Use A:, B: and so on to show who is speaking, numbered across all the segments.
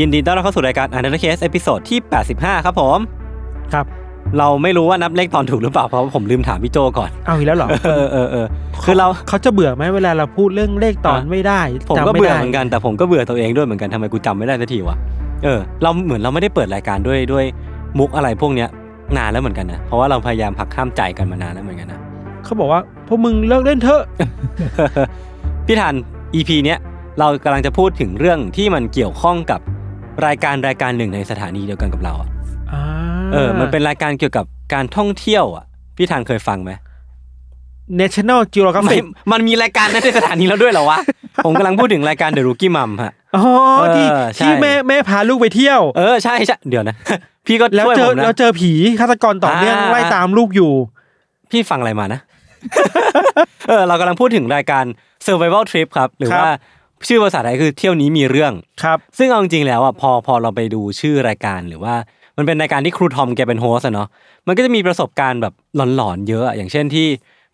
A: ยินดีต้อนรับเข้าสู่รายการ Untitled Case เอพิโซดที่ 85 ครับผม
B: ครับ
A: เราไม่รู้ว่านับเลขตอนถูกหรือเปล่า เพราะว่าผมลืมถามพี่โจก่อน
B: เอาอีก แล้วเหรอ
A: เออเออเออคือเรา
B: เขาจะเบื่อไหมเวลาเราพูดเรื่องเลขตอน
A: อ่ะ
B: ไม่ได้
A: ผม
B: จำ
A: ก็
B: ไได้
A: เบื่อเหมือนกันแต่ผมก็เบื่อตัวเองด้วยเหมือนกันทำไมกูจำไม่ได้สักทีวะเออเราเหมือนเราไม่ได้เปิดรายการด้วยด้วยมุกอะไรพวกเนี้ยนานแล้วเหมือนกันนะเพราะว่าเราพยายามพักข้ามใจกันมานานแล้วเหมือนกันนะ
B: เขาบอกว่าพวกมึงเลิกเล่นเถอะ
A: พี่ทัน EP เนี้ยเรากำลังจะพูดถึงเรื่องที่มันเกี่ยวข้องกับรายการรายการหนึ่งในสถานีเดียวกันกับเราอะ
B: อ่า
A: เออมันเป็นรายการเกี่ยวกับการท่องเที่ยวอ่ะพี่ทันเคยฟังไหม
B: National
A: ไม่
B: Geographic
A: มันมีรายการนั้นในสถานีแล้วด้วยเหรอ วะ ผมกำลังพูดถึงรายการ The Rookie Mom ฮะ
B: อ๋อที่
A: เออใช่
B: ที่แม่แม่พาลูกไปเที่ยว
A: เออใช่ใช่เดี๋ยวนะ พี่ก็
B: แล้ว
A: ช่วยผม
B: เจอ
A: นะ
B: แล้วเจอผีฆาตกรต่อเนื่อง
A: อ่า
B: ไล่ตามลูกอยู่
A: พี่ฟังอะไรมานะ เออเรากำลังพูดถึงรายการ Survival Trip ครับ หรือ
B: ครับ
A: ว่าชื่อภาษาไทยคือเที่ยวนี้มีเรื่อง
B: ครับ
A: ซึ่งเอาจริงๆแล้วอ่ะพอพอเราไปดูชื่อรายการหรือว่ามันเป็นรายการที่ครูทอมแกเป็นโฮสต์อะเนาะมันก็จะมีประสบการณ์แบบหลอนๆเยอะอะอย่างเช่นที่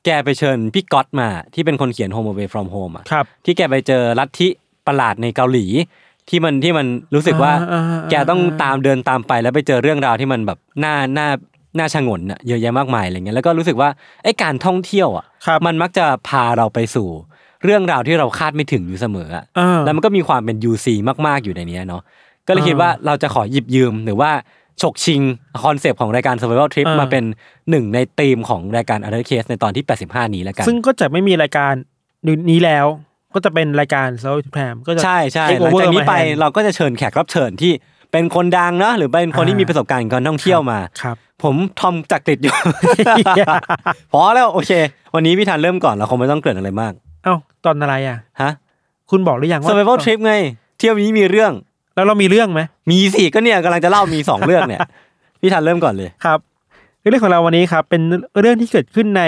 A: แกไปเชิญพี่ก๊อตมาที่เป็นคนเขียน Home Away from Home อ่ะ
B: ครับ
A: ที่แกไปเจอลัทธิประหลาดในเกาหลี ที่มันที่มันรู้สึกว่า
B: อ่าอ่าอ่า
A: แกต้องตามเดินตามไปแล้วไปเจอเรื่องราวที่มันแบบน่าน่าน่าชงนอะเยอะแยะมากมายอะไรเงี้ยแล้วก็รู้สึกว่าไอ้การท่องเที่ยวอ่ะ
B: ครับ
A: มันมักจะพาเราไปสู่ เรื่องราวที่เราคาดไม่ถึงอยู่เสมออะ
B: อ่า
A: แล้วมันก็มีความเป็น UC มาก ๆ อยู่ในเนี้ยเนาะ ก็เลย
B: อ่า
A: คิดว่าเราจะขอหยิบยืมหรือว่าฉกชิงคอนเซปต์ของรายการ Survival Trip
B: อ่าม
A: มาเป็นหนึ่งในธีมของรายการ Other Case ในตอนที่ 85 นี้แล้วกัน
B: ซึ่งก็จะไม่มีรายการนี้แล้ว ก็จะเป็นรายการโซลแพรมก็จะ
A: ใช่ใช่
B: take
A: หลัง
B: over
A: จากนี้ไป
B: มาแทน
A: เราก็จะเชิญแขกรับเชิญที่เป็นคนดังเนาะหรือเป็นคนที่มีประสบการณ์การท่องเที่ยวมา
B: ครับ
A: ผมทอมจากติดอยู่ พอแล้วโอเค วันนี้พี่ธันเริ่มก่อนเราคงไม่ต้องเกริ่นอะไรมาก
B: เอ้าตอนอะไรอ่ะ
A: ฮะ
B: คุณบอกหรือยังว่า
A: Survival Trip ไงเที่ยวนี้มีเรื่อง
B: แล้วเรามีเรื่องไหม
A: มีสี่ก็เนี่ยกำลังจะเล่ามีสองเรื่องเนี่ย พี่ธันเริ่มก่อนเลย
B: ครับ เรื่องของเราวันนี้ครับ เป็นเรื่องที่เกิดขึ้นใน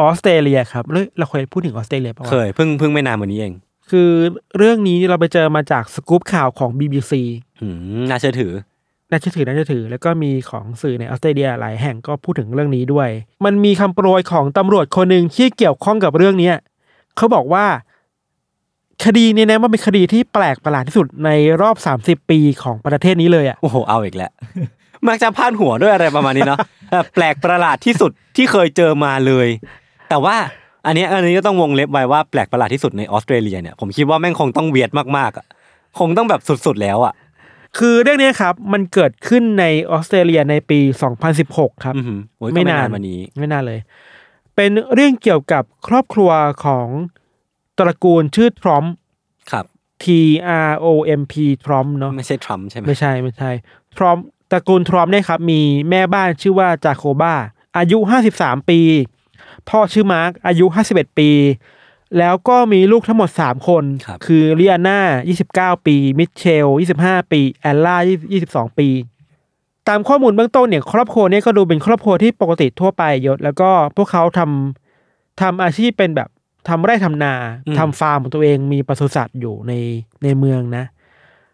B: ออสเตรเลียครับเรื่องเราเคยพูดถึงออสเตรเลีย
A: เคว
B: ปะะ
A: ยเพิ่งเพิ่งไม่นานวันนี้เอง
B: คือเรื่องนี้เราไปเจอมาจากสกู๊ปข่าวของ BBC
A: อืมน่าเชื่อถือ
B: น่าเชื่อถือน่าเชื่อถือ แล้วก็มีของสื่อในออสเตรเลียหลายแห่งก็พูดถึงเรื่องนี้ด้วย มันมีคำโปรยของตำรวจคนหนึ่งที่เกี่ยวข้องกับเรื่องเนี้ยเขาบอกว่า คดีเนี้นะมันเป็นคดีที่แปลกประหลาดที่สุดในรอบ 30 ปีของประเทศนี้เลยอ่ะ
A: โอ้โห เอาอีกแล้ว มักจะพาดหัวด้วยอะไรประมาณนี้เนาะ เออแปลกประหลาดที่สุดที่เคยเจอมาเลย แต่ว่าอันเนี้ยอันนี้ก็ต้องวงเล็บไว้ว่าแปลกประหลาดที่สุดในออสเตรเลียเนี่ยผมคิดว่าแม่งคงต้องเวียดมากๆอะคงต้องแบบสุดๆแล้วอ่ะ
B: คือเรื่องเนี้ยครับ มันเกิดขึ้นในออสเตรเลียในปี 2016 ครับ
A: อือหือโอ้ยก็ไม่นานวันนี้
B: ไม่นานเลย เป็นเรื่องเกี่ยวกับครอบครัวของตระกูลชื่อทรอม
A: ครับ
B: T R O M P ทรอมเนาะ
A: ไม่ใช่ทรัมป์ใช่ไหม
B: ไม่ใช่ไม่ใช่ทรอมตระกูลทรอมเนี่ยครับ มีแม่บ้านชื่อว่าจาโคบ้า อายุ 53 ปี พ่อชื่อมาร์คอายุ 51 ปี แล้วก็มีลูกทั้งหมด 3 คน
A: ครับ
B: อเรียนา29 ปี มิเชล 25 ปี แอลล่า 22 ปี ตามข้อมูลเบื้องต้นเนี่ย ครอบครัวเนี่ยก็ดูเป็นครอบครัวที่ปกติทั่วไปยศ แล้วก็พวกเขาทำทำอาชีพเป็นแบบทำไร่ทำนา
A: อืม
B: ทำฟาร์มของตัวเองมีปศุสัตว์อยู่ในในเมืองนะ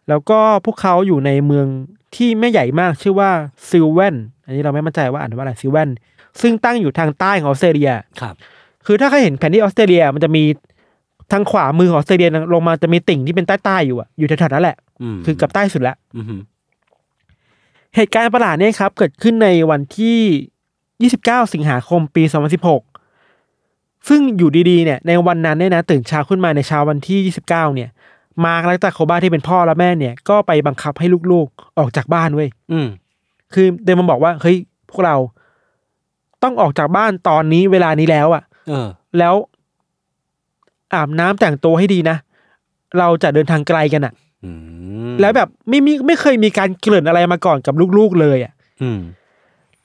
B: แล้วก็พวกเขาอยู่ในเมืองที่ไม่ใหญ่มากชื่อว่าซิลเวนอันนี้เราไม่มั่นใจว่าอ่านว่าอะไรซิลเวนซึ่งตั้งอยู่ทางใต้ของออสเตรเลีย
A: ครับ
B: คือถ้าเคยเห็นแผนที่ออสเตรเลียมันจะมีทางขวามือของออสเตรเลียลงมาจะมีติ่งที่เป็นใต้ๆอยู่อะอยู่แถวๆนั้นแหละ
A: อืม
B: คือกับใต้สุดละ
A: อือหือ
B: เหตุการณ์ประหลาดเนี่ยครับ เกิดขึ้นในวันที่ 29 สิงหาคมปี 2016 ซึ่งอยู่ดีๆเนี่ยในวันนั้นเนี่ยนะตื่นเช้าขึ้นมาในเช้าวันที่ 29 เนี่ย มาร์กและตาโคบ้าที่เป็นพ่อและแม่เนี่ยก็ไปบังคับให้ลูกๆออกจากบ้านเว้ย
A: อืม
B: คือเดนมันบอกว่าเฮ้ย พวกเราต้องออกจากบ้านตอนนี้เวลานี้แล้วอะ
A: เออ
B: แล้วอาบน้ำแต่งตัวให้ดีนะ เราจะเดินทางไกลกันอะ
A: อืม
B: แล้วแบบไม่มีไม่เคยมีการเกริ่นอะไรมาก่อนกับลูกๆเลยอะ
A: อืม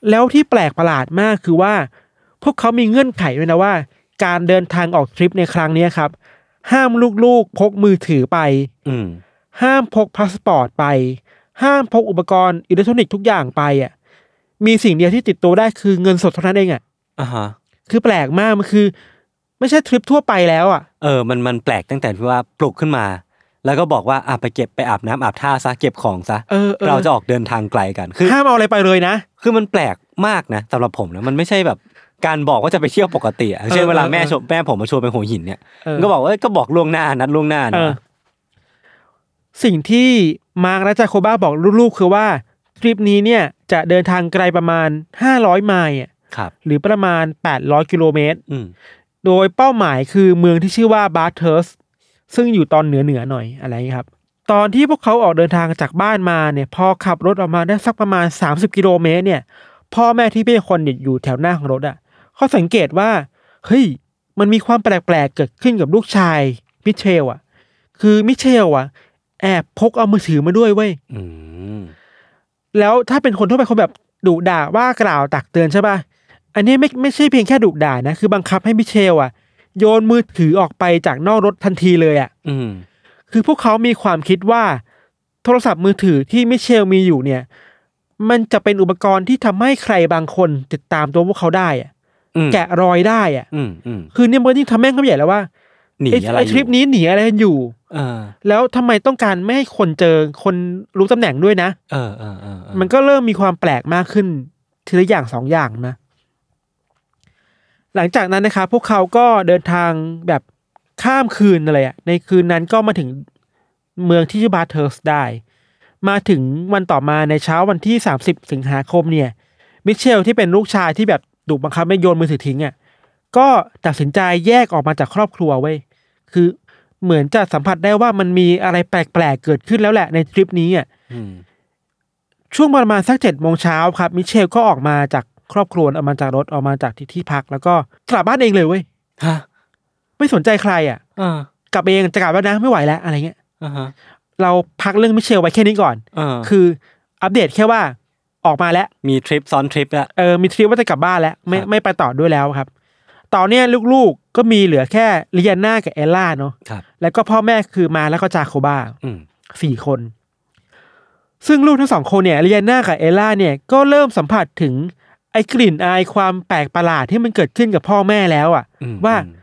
B: แล้วที่แปลกประหลาดมากคือว่า พวกเขามีเงื่อนไขด้วยนะว่า การเดินทางออกทริปในครั้งเนี้ยครับ ห้ามลูกๆ พกมือถือไป
A: อืม
B: ห้ามพกพาสปอร์ตไป ห้ามพกอุปกรณ์อิเล็กทรอนิกส์ทุกอย่างไปอ่ะมีสิ่งเดียวที่ติดตัวได้คือเงินสดเท่านั้นเองอ่ะ
A: อ่าฮะ
B: คือแปลกมากมันคือ ไม่ใช่ทริปทั่วไปแล้วอ่ะ
A: เออ มัน มันแปลกตั้งแต่ที่ว่าปลุกขึ้นมา แล้วก็บอกว่าอ่ะไปเก็บไปอาบน้ำอาบท่าซะเก็บของซะ
B: เออเออ
A: เราจะออกเดินทางไกลกัน คือ
B: ห้ามเอาอะไรไปเลยนะ
A: คือมันแปลกมากนะสำหรับผมนะ มันไม่ใช่แบบการบอกว่าจะไปเที่ยวปกติอะอย่างเช่น
B: เออ
A: เวลาแม่
B: เออ
A: ชวนแม่ผมมาชวนไปหัวหินเนี่ย
B: เออ
A: ก็บอกว่าเอ้ยก็บอกล่วงหน้านัดล่วงหน้า
B: เอ
A: นะ
B: อสิ่งที่มาร์กและจาโคบ้าบอกลูกๆคือว่าทริปนี้เนี่ยจะเดินทางไกลประมาณ 500 ไมล์อะ
A: ครับ
B: หรือประมาณ 800 กิโลเมตร
A: อืม
B: โดยเป้าหมายคือเมืองที่ชื่อว่าบาร์เทอร์สซึ่งอยู่ตอนเหนือเหนือๆหน่อยอะไรอย่างนี้ครับ ตอนที่พวกเขาออกเดินทางจากบ้านมาเนี่ย พอขับรถออกมาได้สักประมาณ 30 กิโลเมตรเนี่ย พ่อแม่ที่เป็นคนเนี่ยอยู่แถวหน้าของรถอะ่ะเขาสังเกตว่า เฮ้ย มันมีความแปลกๆเกิดขึ้นกับลูกชายมิเชลอะ่ะ คือมิเชลอะ่ะ แอบพกเอามือถือมาด้วยเว้ย
A: อืม
B: แล้วถ้าเป็นคนทั่วไปคนแบบดุด่าว่ากล่าวตักเตือนใช่ป่ะ อันนี้ไม่ไม่ใช่เพียงแค่ดุด่านะ คือบังคับให้มิเชลอ่ะ โยนมือถือออกไปจากนอกรถทันทีเลยอ่ะ
A: อืม
B: คือพวกเขามีความคิดว่า โทรศัพท์มือถือที่มิเชลมีอยู่เนี่ย มันจะเป็นอุปกรณ์ที่ทำให้ใครบางคนติดตามตัวพวกเขาได้อ่ะ
A: อืม
B: แกะรอยได้อ่ะ
A: อืมอืม
B: คือเนี่ยมันยิ่งทำแม่งเขาใหญ่แล้วว่า
A: หนี
B: ไอ้
A: อะไร
B: ไอ้ทริปนี้หนีอะไรกันอยู่
A: เออ
B: แล้วทำไมต้องการไม่ให้คนเจอคนรู้ตำแหน่งด้วยนะ
A: เออเออเออเออ
B: มันก็เริ่มมีความแปลกมากขึ้นทีละอย่างสองอย่างนะ หลังจากนั้นนะครับพวกเขาก็เดินทางแบบข้ามคืนอะไรอะในคืนนั้นก็มาถึงเมืองที่ชื่อบาเทอร์สได้ มาถึงวันต่อมาในเช้าวันที่ 30 สิงหาคมเนี่ย มิเชลที่เป็นลูกชายที่แบบดุบังคับไม่โยนมือถือทิ้งอะ่ะก็ตัดสินใจแยกออกมาจากครอบครัวเว้ยคือเหมือนจะสัมผัสได้ว่ามันมีอะไรแปลกๆเกิดขึ้นแล้วแหละในทริปนี้อ่ะ
A: อืม
B: ช่วงประมาณสักเจ็ดโมงเช้าครับ มิเชลก็ออกมาจากครอบครัวออกมาจากรถออกมาจากที่ที่พัก แล้วก็กลับบ้านเองเลยเว้ย
A: ฮะ
B: ไม่สนใจใครอ่ะ
A: อ่าก
B: ลับเองจะกลับแล้วนะไม่ไหวแล้วอะไรเงี้ย
A: อ่าฮะ
B: เราพักเรื่องมิเชลไว้แค่นี้ก่อน
A: เออ
B: คืออัปเดตแค่ว่าออกมาแล้ว
A: มีทริปซ้อนทริปละ
B: เออมีทริปว่าจะกลับบ้านแล้ว ไม่
A: ครับ
B: ไม่ไปต่อด้วยแล้วครับ ตอนเนี้ยลูกๆก็มีเหลือแค่ลิยาน่ากับเอลล่าเนาะ
A: ครับ
B: แล้วก็พ่อแม่คือมาแล้วก็จาโคบ้า
A: อืม
B: สี่คน ซึ่งลูกทั้งสองคนเนี่ยลิยาน่ากับเอลล่าเนี่ยก็เริ่มสัมผัสถึงไอ้กลิ่นอายความแปลกประหลาดที่มันเกิดขึ้นกับพ่อแม่แล้วอะ่ะ
A: อืม
B: ว่า
A: อืม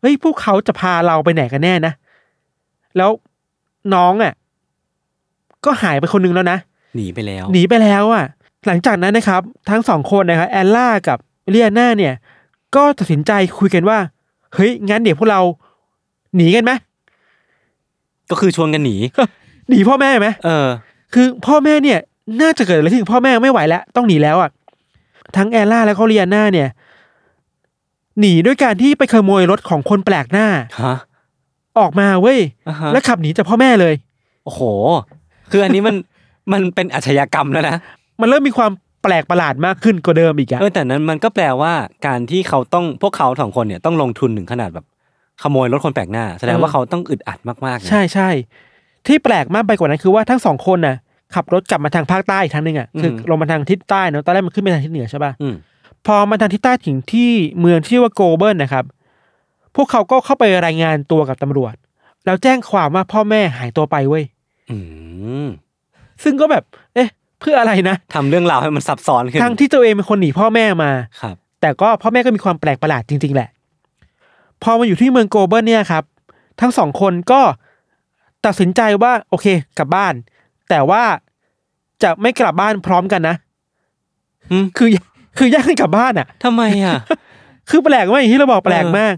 B: เฮ้ยพวกเขาจะพาเราไปไหนกันแน่นะ แล้วน้องอะ่ะ ก็หายไปคนนึงแล้วนะ
A: หนีไปแล้ว
B: หนีไปแล้วอะ่ะ หลังจากนั้นนะครับ ทั้งสองคนนะครับเอลล่ากับลิยาน่าเนี่ย ก็ตัดสินใจคุยกันว่า เฮ้ยงั้นเดี๋ยวพวกเรา หนีกันไหม
A: ก็คือชวนกันหนี
B: หนีพ่อแม่ไหม
A: เออ
B: คือพ่อแม่เนี่ยน่าจะเกิดอะไรขึ้นกับพ่อแม่ไม่ไหวแล้ว ต้องหนีแล้วอ่ะทั้งแอลล่าและก็เรียน่าเนี่ย หนีด้วยการที่ไปขโมยรถของคนแปลกหน้า
A: ฮะ
B: ออกมาเว้ย
A: อ่าฮะ
B: แล้วขับหนีจากพ่อแม่เลย
A: โอ้โห คืออันนี้มัน มันเป็นอาชญากรรมแล้วนะ
B: มันเริ่มมีความแปลกประหลาดมากขึ้นกว่าเดิมอีกอะ
A: เออ แต่นั้นมันก็แปลว่าการที่เขาต้อง พวกเขาสองคนเนี่ยต้องลงทุนถึงขนาดแบบ ขโมยรถคนแปลกหน้า แสดงว่าเขาต้องอึดอัดมากๆนะ
B: ใช่ใช่ที่แปลกมากไปกว่านั้นคือว่าทั้งสองคนน่ะขับรถกลับมาทางภาคใต้อีกทางหนึ่งอ่ะคือลงมาทางทิศใต้เนาะตอนแรกมันขึ้นไปทางทิศเหนือใช่ป่ะ
A: อืม
B: พอมาทางทิศใต้ถึงที่เมืองที่ชื่อว่าโกลเบิลนะครับ พวกเขาก็เข้าไปรายงานตัวกับตำรวจ แล้วแจ้งความว่าพ่อแม่หายตัวไปเว้ย
A: อืม
B: ซึ่งก็แบบ เอ๊ะ เพื่ออะไรนะ
A: ทำเรื่องราวให้มันซับซ้อนขึ้น
B: ทั้งที่ตัวเองเป็นคนหนีพ่อแม่มา
A: ครับ
B: แต่ก็พ่อแม่ก็มีความแปลกประหลาดจริง ๆ แหละ พอมาอยู่ที่เมืองโกลเบิลเนี่ยครับ ทั้งสองคนก็ตัดสินใจว่าโอเคกลับบ้าน แต่ว่าจะไม่กลับบ้านพร้อมกันนะ
A: อืม
B: คือคือแยกกันกลับบ้านอ่ะ
A: ทำไมอ่ะ
B: คือแปลกมากอย่างที่เราบอกแปลกมาก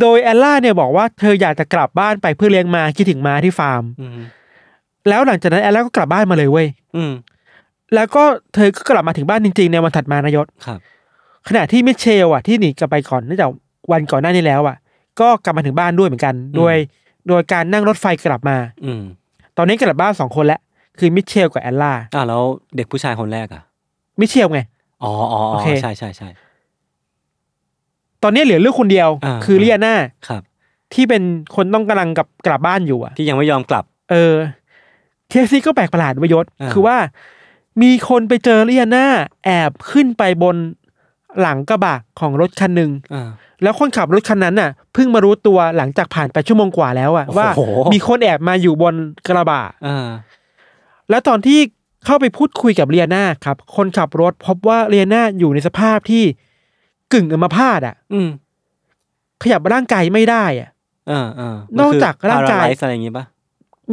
B: โดยแอลล่าเนี่ยบอกว่าเธออยากจะกลับบ้านไปเพื่อเลี้ยงมาคิดถึงมาที่ฟาร์ม
A: อืม
B: แล้วหลังจากนั้นแอลล่าก็กลับบ้านมาเลยเว้ย
A: อืม
B: แล้วก็เธอก็กลับมาถึงบ้านจริงๆในวันถัดมานายศ
A: ครับ
B: ขณะที่มิเชลอ่ะที่หนีกลับไปก่อนเนื่องจากวันก่อนหน้านี้แล้วอ่ะ ก็กลับมาถึงบ้านด้วยเหมือนกัน โดยโดยการนั่งรถไฟกลับมา
A: อืม
B: ตอนนี้กลับบ้านสองคนแล้วคือมิเชลกับแอลล่า
A: อ่าแล้วเด็กผู้ชายคนแรกอ่ะ
B: มิเชลไง
A: อ๋ออ๋อ
B: โอ
A: อ๋อ
B: เค
A: ใช่ใช่ใช่
B: ตอนนี้เหลือลูกคนเดียว
A: อ่า
B: คือเลียนา
A: ครับ
B: ที่เป็นคนต้องกำลังกลับกลับบ้านอยู่อะ
A: ที่ยังไม่ยอมกลับ
B: เออเคสนี้ก็แปลกประหลาดประยศ
A: อ่า
B: คือว่ามีคนไปเจอเลียน่าแอบขึ้นไปบนหลังกระบะของรถคันหนึ่ง
A: อ่า
B: แล้วคนขับรถคันนั้นน่ะเพิ่งมารู้ตัวหลังจากผ่านไปชั่วโมงกว่าแล้วอะ
A: โอ้โห
B: ว่ามีคนแอบมาอยู่บนกระบะ
A: อ่า
B: แล้วตอนที่เข้าไปพูดคุยกับเลียน่าครับ คนขับรถพบว่าเลียน่าอยู่ในสภาพที่กึ่งอัมพาตอะ
A: อืม
B: ขยับร่างกายไม่ได้อะ
A: อ่าอ่าน น
B: อกจากร่างกาย
A: อะไรอย่างงี้ป่ะ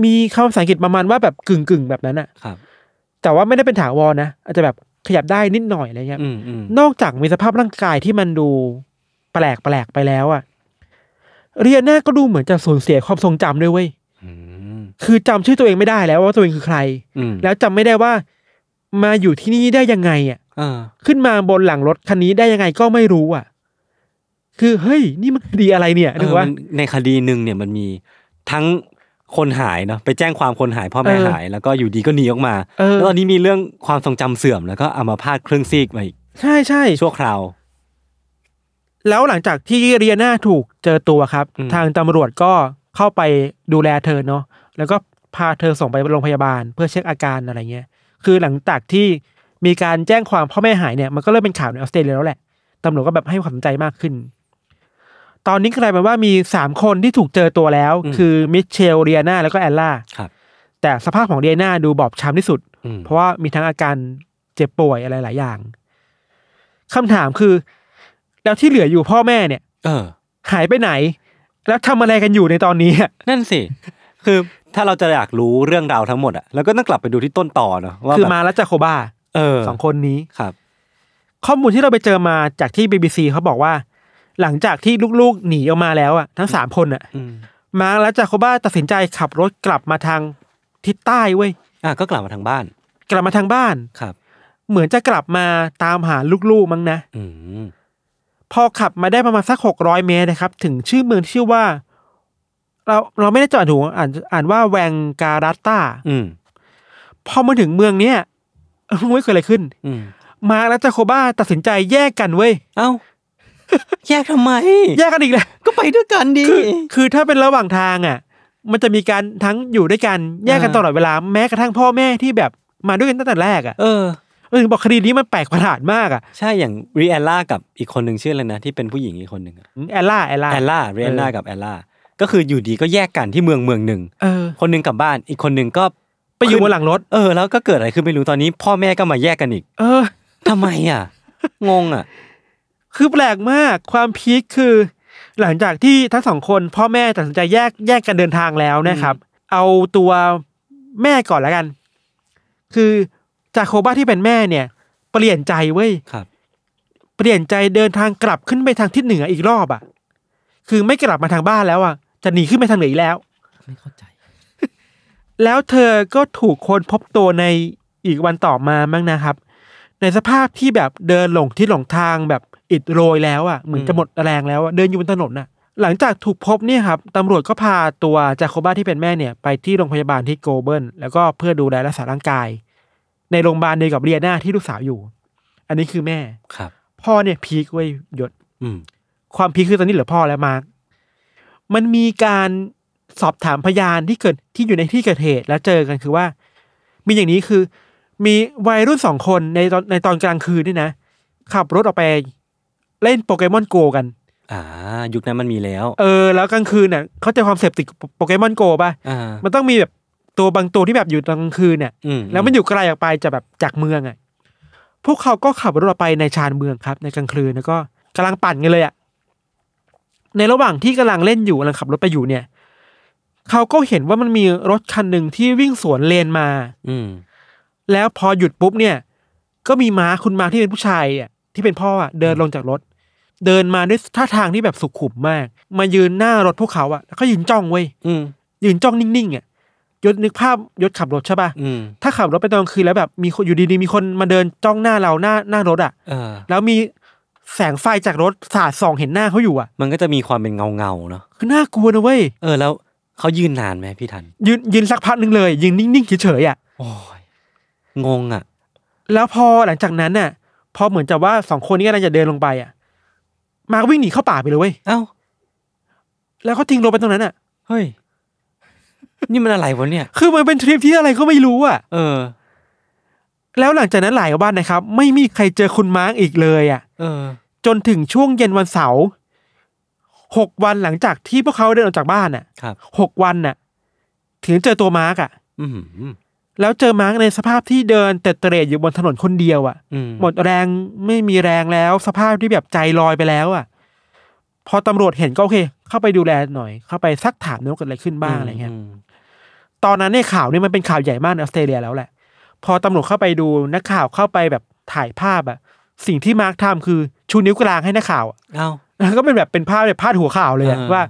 B: มีคำภาษาอังกฤษประมาณว่าแบบกึ่งกึ่งๆแบบนั้นอะ
A: ครับ
B: แต่ว่าไม่ได้เป็นถาวรนะอาจจะแบบขยับได้นิดหน่อยอะไรเงี้ย
A: อืมอืม
B: นอกจากมีสภาพร่างกายที่มันดูแปลกแปลกๆไปแล้วอะเรียน่าก็ดูเหมือนจะสูญเสียความทรงจำด้วยเว้ย
A: อืม
B: คือจำชื่อตัวเองไม่ได้แล้วว่าตัวเองคือใคร
A: อืม
B: แล้วจำไม่ได้ว่ามาอยู่ที่นี่ได้ยังไงอะ
A: อ่า
B: ขึ้นมาบนหลังรถคันนี้ได้ยังไงก็ไม่รู้อะคือเฮ้ย นี่มันคดีอะไรเนี่ย
A: เอ
B: นึ
A: อก
B: ว่า
A: มันในคดีหนึ่งเนี่ยมันมีทั้งคนหายเนาะไปแจ้งความคนหายพ่อแม่
B: เออ
A: หาย แล้วก็อยู่ดีก็หนีออกมา
B: เออ
A: แล้วตอนนี้มีเรื่องความทรงจำเสื่อมแล้วก็อัมาพาตครึ่งซีกมาอีก
B: ใช่ใช่
A: ชั่วคราว
B: แล้วหลังจากที่เรียน่าถูกเจอตัวครับ
A: อืม
B: ทางตำรวจก็เข้าไปดูแลเธอเนาะแล้วก็พาเธอส่งไปโรงพยาบาลเพื่อเช็คอาการอะไรเงี้ย คือหลังจากที่มีการแจ้งความพ่อแม่หายเนี่ยมันก็เริ่มเป็นข่าวในออสเตรเลียแล้วแหละตำรวจก็แบบให้ความสนใจมากขึ้น ตอนนี้กลายเป็นว่ามีสามคนที่ถูกเจอตัวแล้ว
A: อืม
B: คือมิเชลเรียนาแล้วก็แอลล่า
A: ครับ
B: แต่สภาพของเรียนาดูบอบช้ำที่สุด
A: อืม
B: เพราะว่ามีทั้งอาการเจ็บป่วยอะไรหลายอย่างคำถามคือ แล้วที่เหลืออยู่พ่อแม่เนี่ย
A: เออ
B: หายไปไหน แล้วทำอะไรกันอยู่ในตอนนี้
A: นั่นสิ คือถ้าเราจะอยากรู้เรื่องราวทั้งหมดอะเราก็ต้องกลับไปดูที่ต้นต่อเนอะว่า
B: คือ
A: แบบ
B: มาแล้วจากโคบา
A: เออ
B: สองคนนี้
A: ครับ
B: ข้อมูลที่เราไปเจอมาจากที่ BBC เขาบอกว่า หลังจากที่ลูกๆ หนีออกมาแล้วอ่ะทั้งสามคนอ่ะ
A: อืม
B: มาร์คและจากโคบาตัดสินใจขับรถกลับมาทางทิศใต้เว้ย
A: อ่ะก็กลับมาทางบ้าน
B: กลับมาทางบ้าน
A: ครับ
B: เหมือนจะกลับมาตามหาลูกๆมั้งนะ
A: อืม
B: พอขับมาได้ประมาณสักหกร้อยเมตรนะครับ ถึงชื่อเมืองที่ชื่อว่า เราเราไม่ได้จอดถูกอ่านอ่านว่าแวงการาตา
A: อืม
B: พอมาถึงเมืองเนี้ย ไม่เกิดอะไรขึ้น
A: อืม
B: มาร์คและจาโคบ้าตัดสินใจแยกกันเว้ย
A: เอ้า แยกทำไม
B: แยกกันอีกแล้ว
A: ก็ไปด้วยกันดี
B: คือคือถ้าเป็นระหว่างทางอ่ะ มันจะมีการทั้งอยู่ด้วยกันแยกกัน
A: อ่า
B: ตลอดเวลาแม้กระทั่งพ่อแม่ที่แบบมาด้วยกันตั้งแต่แรกอ่ะ
A: เออ
B: เราถึงบอกคดีนี้มันแปลกประหลาดมากอ่ะ
A: ใช่อย่างรีแอลล่ากับอีกคนหนึ่งชื่ออะไรนะ ที่เป็นผู้หญิงอีกคนหนึ่งอะ
B: แอลล่าแอลล่า
A: แอลล่ารีแอลล่ากับแอลล่าก็คืออยู่ดีก็แยกกันที่เมืองเมืองหนึ่ง
B: เออ
A: คนหนึ่งกลับบ้าน อีกคนหนึ่งก็
B: ไปอยู่บนหลังรถ
A: เออ แล้วก็เกิดอะไรขึ้นไม่รู้ตอนนี้ พ่อแม่ก็มาแยกกันอีก
B: เออ
A: ทำไมอ่ะงงอ่ะ
B: คือแปลกมากความพีคคือ หลังจากที่ทั้งสองคนพ่อแม่ตัดสินใจแยกแยกกันเดินทางแล้วนะครับ เอาตัวแม่ก่อนแล้วกัน คือจากโคบ้าที่เป็นแม่เนี่ย เปลี่ยนใจเว้ย
A: ครับ
B: เปลี่ยนใจเดินทางกลับขึ้นไปทางทิศเหนืออีกรอบอ่ะ คือไม่กลับมาทางบ้านแล้วอ่ะจะหนีขึ้นไปทางเหนืออีกแล้ว
A: ไม่เข้าใจ
B: แล้วเธอก็ถูกคนพบตัวในอีกวันต่อมามั้งนะครับ ในสภาพที่แบบเดินหลงที่หลงทางแบบอิดโรยแล้วอ่ะเหมือน
A: อืม
B: จะหมดแรงแล้วอะเดินอยู่บนถนนน่ะ หลังจากถูกพบเนี่ยครับตำรวจก็พาตัวจากโคบ้าที่เป็นแม่เนี่ย ไปที่โรงพยาบาลที่โกลเบิลแล้วก็เพื่อดูแลรักษาร่างกาย ในโรงพยาบาลเดียวกับเรียนาที่ลูกสาวอยู่ อันนี้คือแม่
A: ครับ
B: พ่อเนี่ยพีคไว้ยหยด
A: อืม
B: ความพีคคือตอนนี้เหลือพ่อแล้วมาร์คมันมีการสอบถามพยานที่เกิดที่อยู่ในที่เกิดเหตุแล้วเจอกันคือว่า มีอย่างนี้คือ มีวัยรุ่นสองคนในตอนในตอนกลางคืนนี่นะ ขับรถออกไปเล่นโปเกมอนโกกัน
A: อ่า ยุคนั้นมันมีแล้ว
B: เออ แล้วกลางคืนน่ะเขาใจะความเสพติดโปเกมอนโกป่ะ
A: อ่า
B: มันต้องมีแบบตัวบางตัวที่แบบอยู่ตอนกลางคืนเนี่ย
A: อืม
B: แล้วมันอยู่ไกลออกไปจะแบบจากเมืองอ่ะ พวกเขาก็ขับรถออกไปในชานเมืองครับ ในกลางคืนแล้วก็กำลังปั่นกันเลยอ่ะ ในระหว่างที่กำลังเล่นอยู่กำลังขับรถไปอยู่เนี่ย เขาก็เห็นว่ามันมีรถคันหนึ่งที่วิ่งสวนเลนมา
A: อืม
B: แล้วพอหยุดปุ๊บเนี่ย ก็มีม้าคุณม้าที่เป็นผู้ชายอ่ะที่เป็นพ่ออ่ะเดินลงจากรถ เดินมาด้วยท่าทางที่แบบสุขุมมาก มายืนหน้ารถพวกเขาอ่ะแล้วก็ยืนจ้องเว้ย
A: อืม
B: ยืนจ้องนิ่งๆอ่ะยศนึกภาพยศขับรถใช่ปะ
A: อืม
B: ถ้าขับรถไปตอนกลางคืนแล้วแบบมีคนอยู่ดีๆมีคนมาเดินจ้องหน้าเราหน้าหน้ารถอะ่ะ
A: เออ
B: แล้วมีแสงไฟจากรถสาดส่องเห็นหน้าเขาอยู่อะ่ะ
A: มันก็จะมีความเป็นเงาเงาๆเนาะ
B: คือน่ากลัวนะเว้ย
A: เออ แล้วเขายืนนานไหมพี่ทัน
B: ยืนยืนสักพักหนึ่งเลยยืนนิ่งๆเฉยๆอะ่ะ
A: โอ้ย งงอ่ะ
B: แล้วพอหลังจากนั้นน่ะ พอเหมือนจะว่าสองคนนี้กำลังจะเดินลงไปอ่ะ มาร์ควิ่งหนีเข้าป่าไปเลยเว้ย
A: เอ้า
B: แล้วก็ทิ้งโรเบิร์ตตรงนั้นอ่ะ
A: เฮ้ย นี่มันอะไรวะเนี่ย
B: คือมันเป็นทริปที่อะไรก็ไม่รู้อ่ะ
A: เออ
B: แล้วหลังจากนั้นหลายวันนะครับ ไม่มีใครเจอคุณมาร์กอีกเลยอ่ะ
A: เออ
B: จนถึงช่วงเย็นวันเสาร์หกวันหลังจากที่พวกเขาเดินออกจากบ้านอ่ะ
A: ครับ
B: หกวันน่ะ ถึงเจอตัวมาร์กอ่ะ
A: อืม
B: แล้วเจอมาร์กในสภาพที่เดินเตะเตร่อยู่บนถนนคนเดียวอ่ะ
A: อืม
B: หมดแรงไม่มีแรงแล้วสภาพที่แบบใจลอยไปแล้วอ่ะ พอตำรวจเห็นก็โอเค เข้าไปดูแลหน่อย เข้าไปซักถามนึกว่าเกิดอะไรขึ้นบ้างอะไรเงี้ย
A: ม
B: ตอนนั้นเนี่ยข่าวเนี่ยมันเป็นข่าวใหญ่มากในออสเตรเลียแล้วแหละ พอตำรวจเข้าไปดูนักข่าวเข้าไปแบบถ่ายภาพอะสิ่งที่มาร์คทำคือชูนิ้วกลางให้นักข่าวอะ
A: เอ้า
B: แล้วก็เป็นแบบเป็นภาพแบบพาดหัวข่าวเลยอะ
A: อ่า
B: ว่า